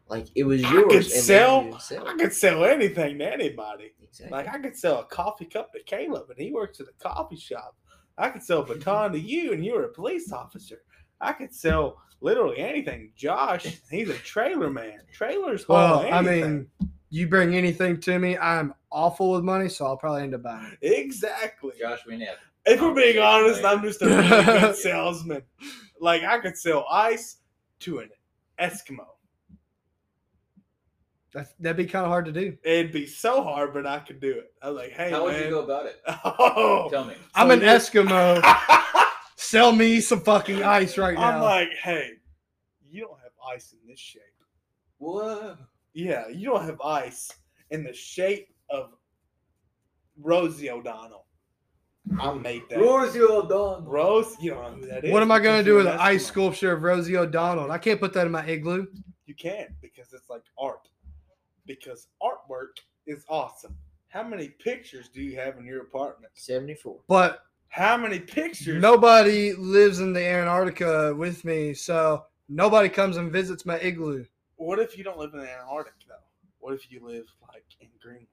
Like it was
I
yours.
could
and then
sell-
you sell
I
it.
could sell anything to anybody.
Exactly.
Like I could sell a coffee cup to Caleb, and he works at a coffee shop. I could sell a baton to you, and you're a police officer. I could sell literally anything. Josh, he's a trailer man. Trailers. haul
Oh, well, I
anything.
mean, you bring anything to me, I'm awful with money, so I'll probably end up buying it.
exactly.
Josh, we have
If we're being honest, I'm just a really
Yeah.
good salesman. Like I could sell ice to an Eskimo.
That's, that'd be kind of hard to do.
It'd be so hard, but I could do it. I was like, hey,
How
man.
would you go about it?
Oh.
Tell me.
I'm
So
an
you're-
Eskimo. Sell me some fucking ice right now.
I'm like, hey, you don't have ice in this shape.
Whoa.
Yeah, you don't have ice in the shape of Rosie O'Donnell. I made that.
your dog.
Rose, you don't know who that is.
what am I gonna
because
do
you're
with
an
an ice
Eskimo.
sculpture of Rosie O'Donnell? I can't put that in my igloo.
You can because it's like art. Because artwork is awesome. How many pictures do you have in your apartment?
Seventy-four.
But
How many pictures?
nobody lives in the Antarctica with me, so nobody comes and visits my igloo.
What if you don't live in the Antarctic though? What if you live like in Greenland?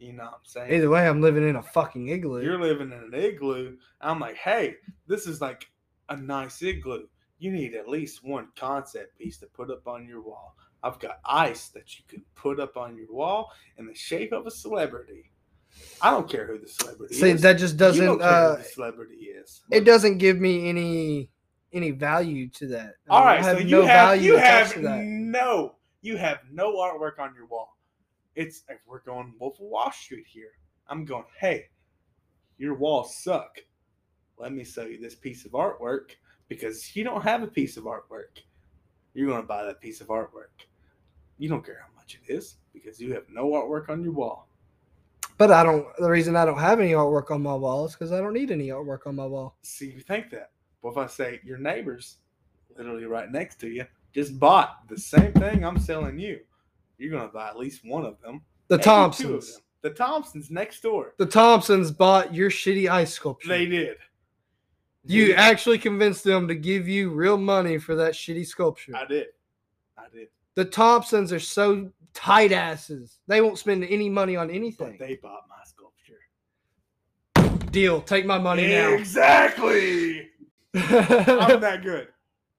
You know what I'm saying?
Either way, I'm living in a fucking igloo.
You're living in an igloo. I'm like, hey, this is like a nice igloo. You need at least one concept piece to put up on your wall. I've got ice that you can put up on your wall in the shape of a celebrity. I don't care who the celebrity
See,
is.
that just
You don't care
doesn't.
who
Uh,
the celebrity is.
it doesn't give me any any value to that. I
All
mean, I
right, so you have you
attached
have no you have no artwork on your wall. It's if we're going Wolf of Wall Street here. I'm going, hey, your walls suck. Let me sell you this piece of artwork because you don't have a piece of artwork. You're going to buy that piece of artwork. You don't care how much it is because you have no artwork on your wall.
But I don't. The reason I don't have any artwork on my wall is because I don't need any artwork on my wall.
See, you think that. But if I say your neighbors, literally right next to you, just bought the same thing I'm selling you, you're going to buy at least one of them.
The
Maybe two of
Thompsons.
them. The Thompsons next door.
The Thompsons bought your shitty ice sculpture.
They did.
you actually convinced them to give you real money for that shitty sculpture.
I did. I did.
the Thompsons are so tight asses. They won't spend any money on
But
anything.
they bought my sculpture.
Deal. Take my money
Exactly. I'm
now.
that good.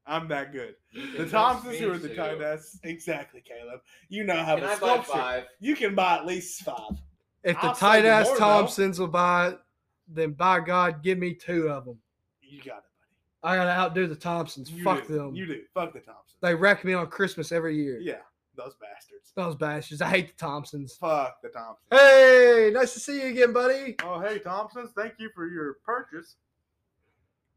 I'm that good. The Thompsons who are the tight ass. Exactly, Caleb. You know how
Can
to
I buy
sculpture.
five?
You can buy at least five.
if the
I'll sell you
tight ass
more, though.
Thompsons will buy it, then by God, give me two of them.
You got it,
I gotta outdo the Thompsons.
buddy. You
Fuck
do.
them.
You do. Fuck the Thompsons.
they wreck me on Christmas every year.
yeah, those bastards.
Those bastards. I hate the Thompsons.
Fuck the Thompsons.
Hey, nice to see you again, buddy.
Oh, hey, Thompsons. Thank you for your purchase.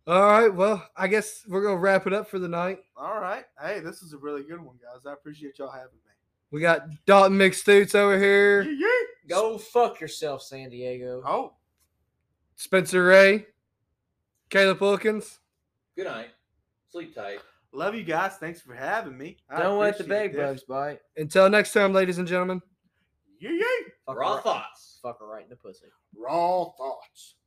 All right. Well, I guess we're gonna wrap it up for the night.
All right. Hey, this is a really good one, guys. I appreciate y'all having me.
We got Dalton McStoots over here,
Yeet, yeet.
Go fuck yourself, San Diego.
Oh.
Spencer Ray, Caleb Wilkins.
Good night. Sleep tight.
Love you guys. Thanks for having me. I
Don't let the
appreciate
big
this.
bugs bite.
Until next time, ladies and gentlemen.
Yee yee.
Fuck her
Raw
right-
thoughts.
Fuck her right in the pussy.
Raw thoughts.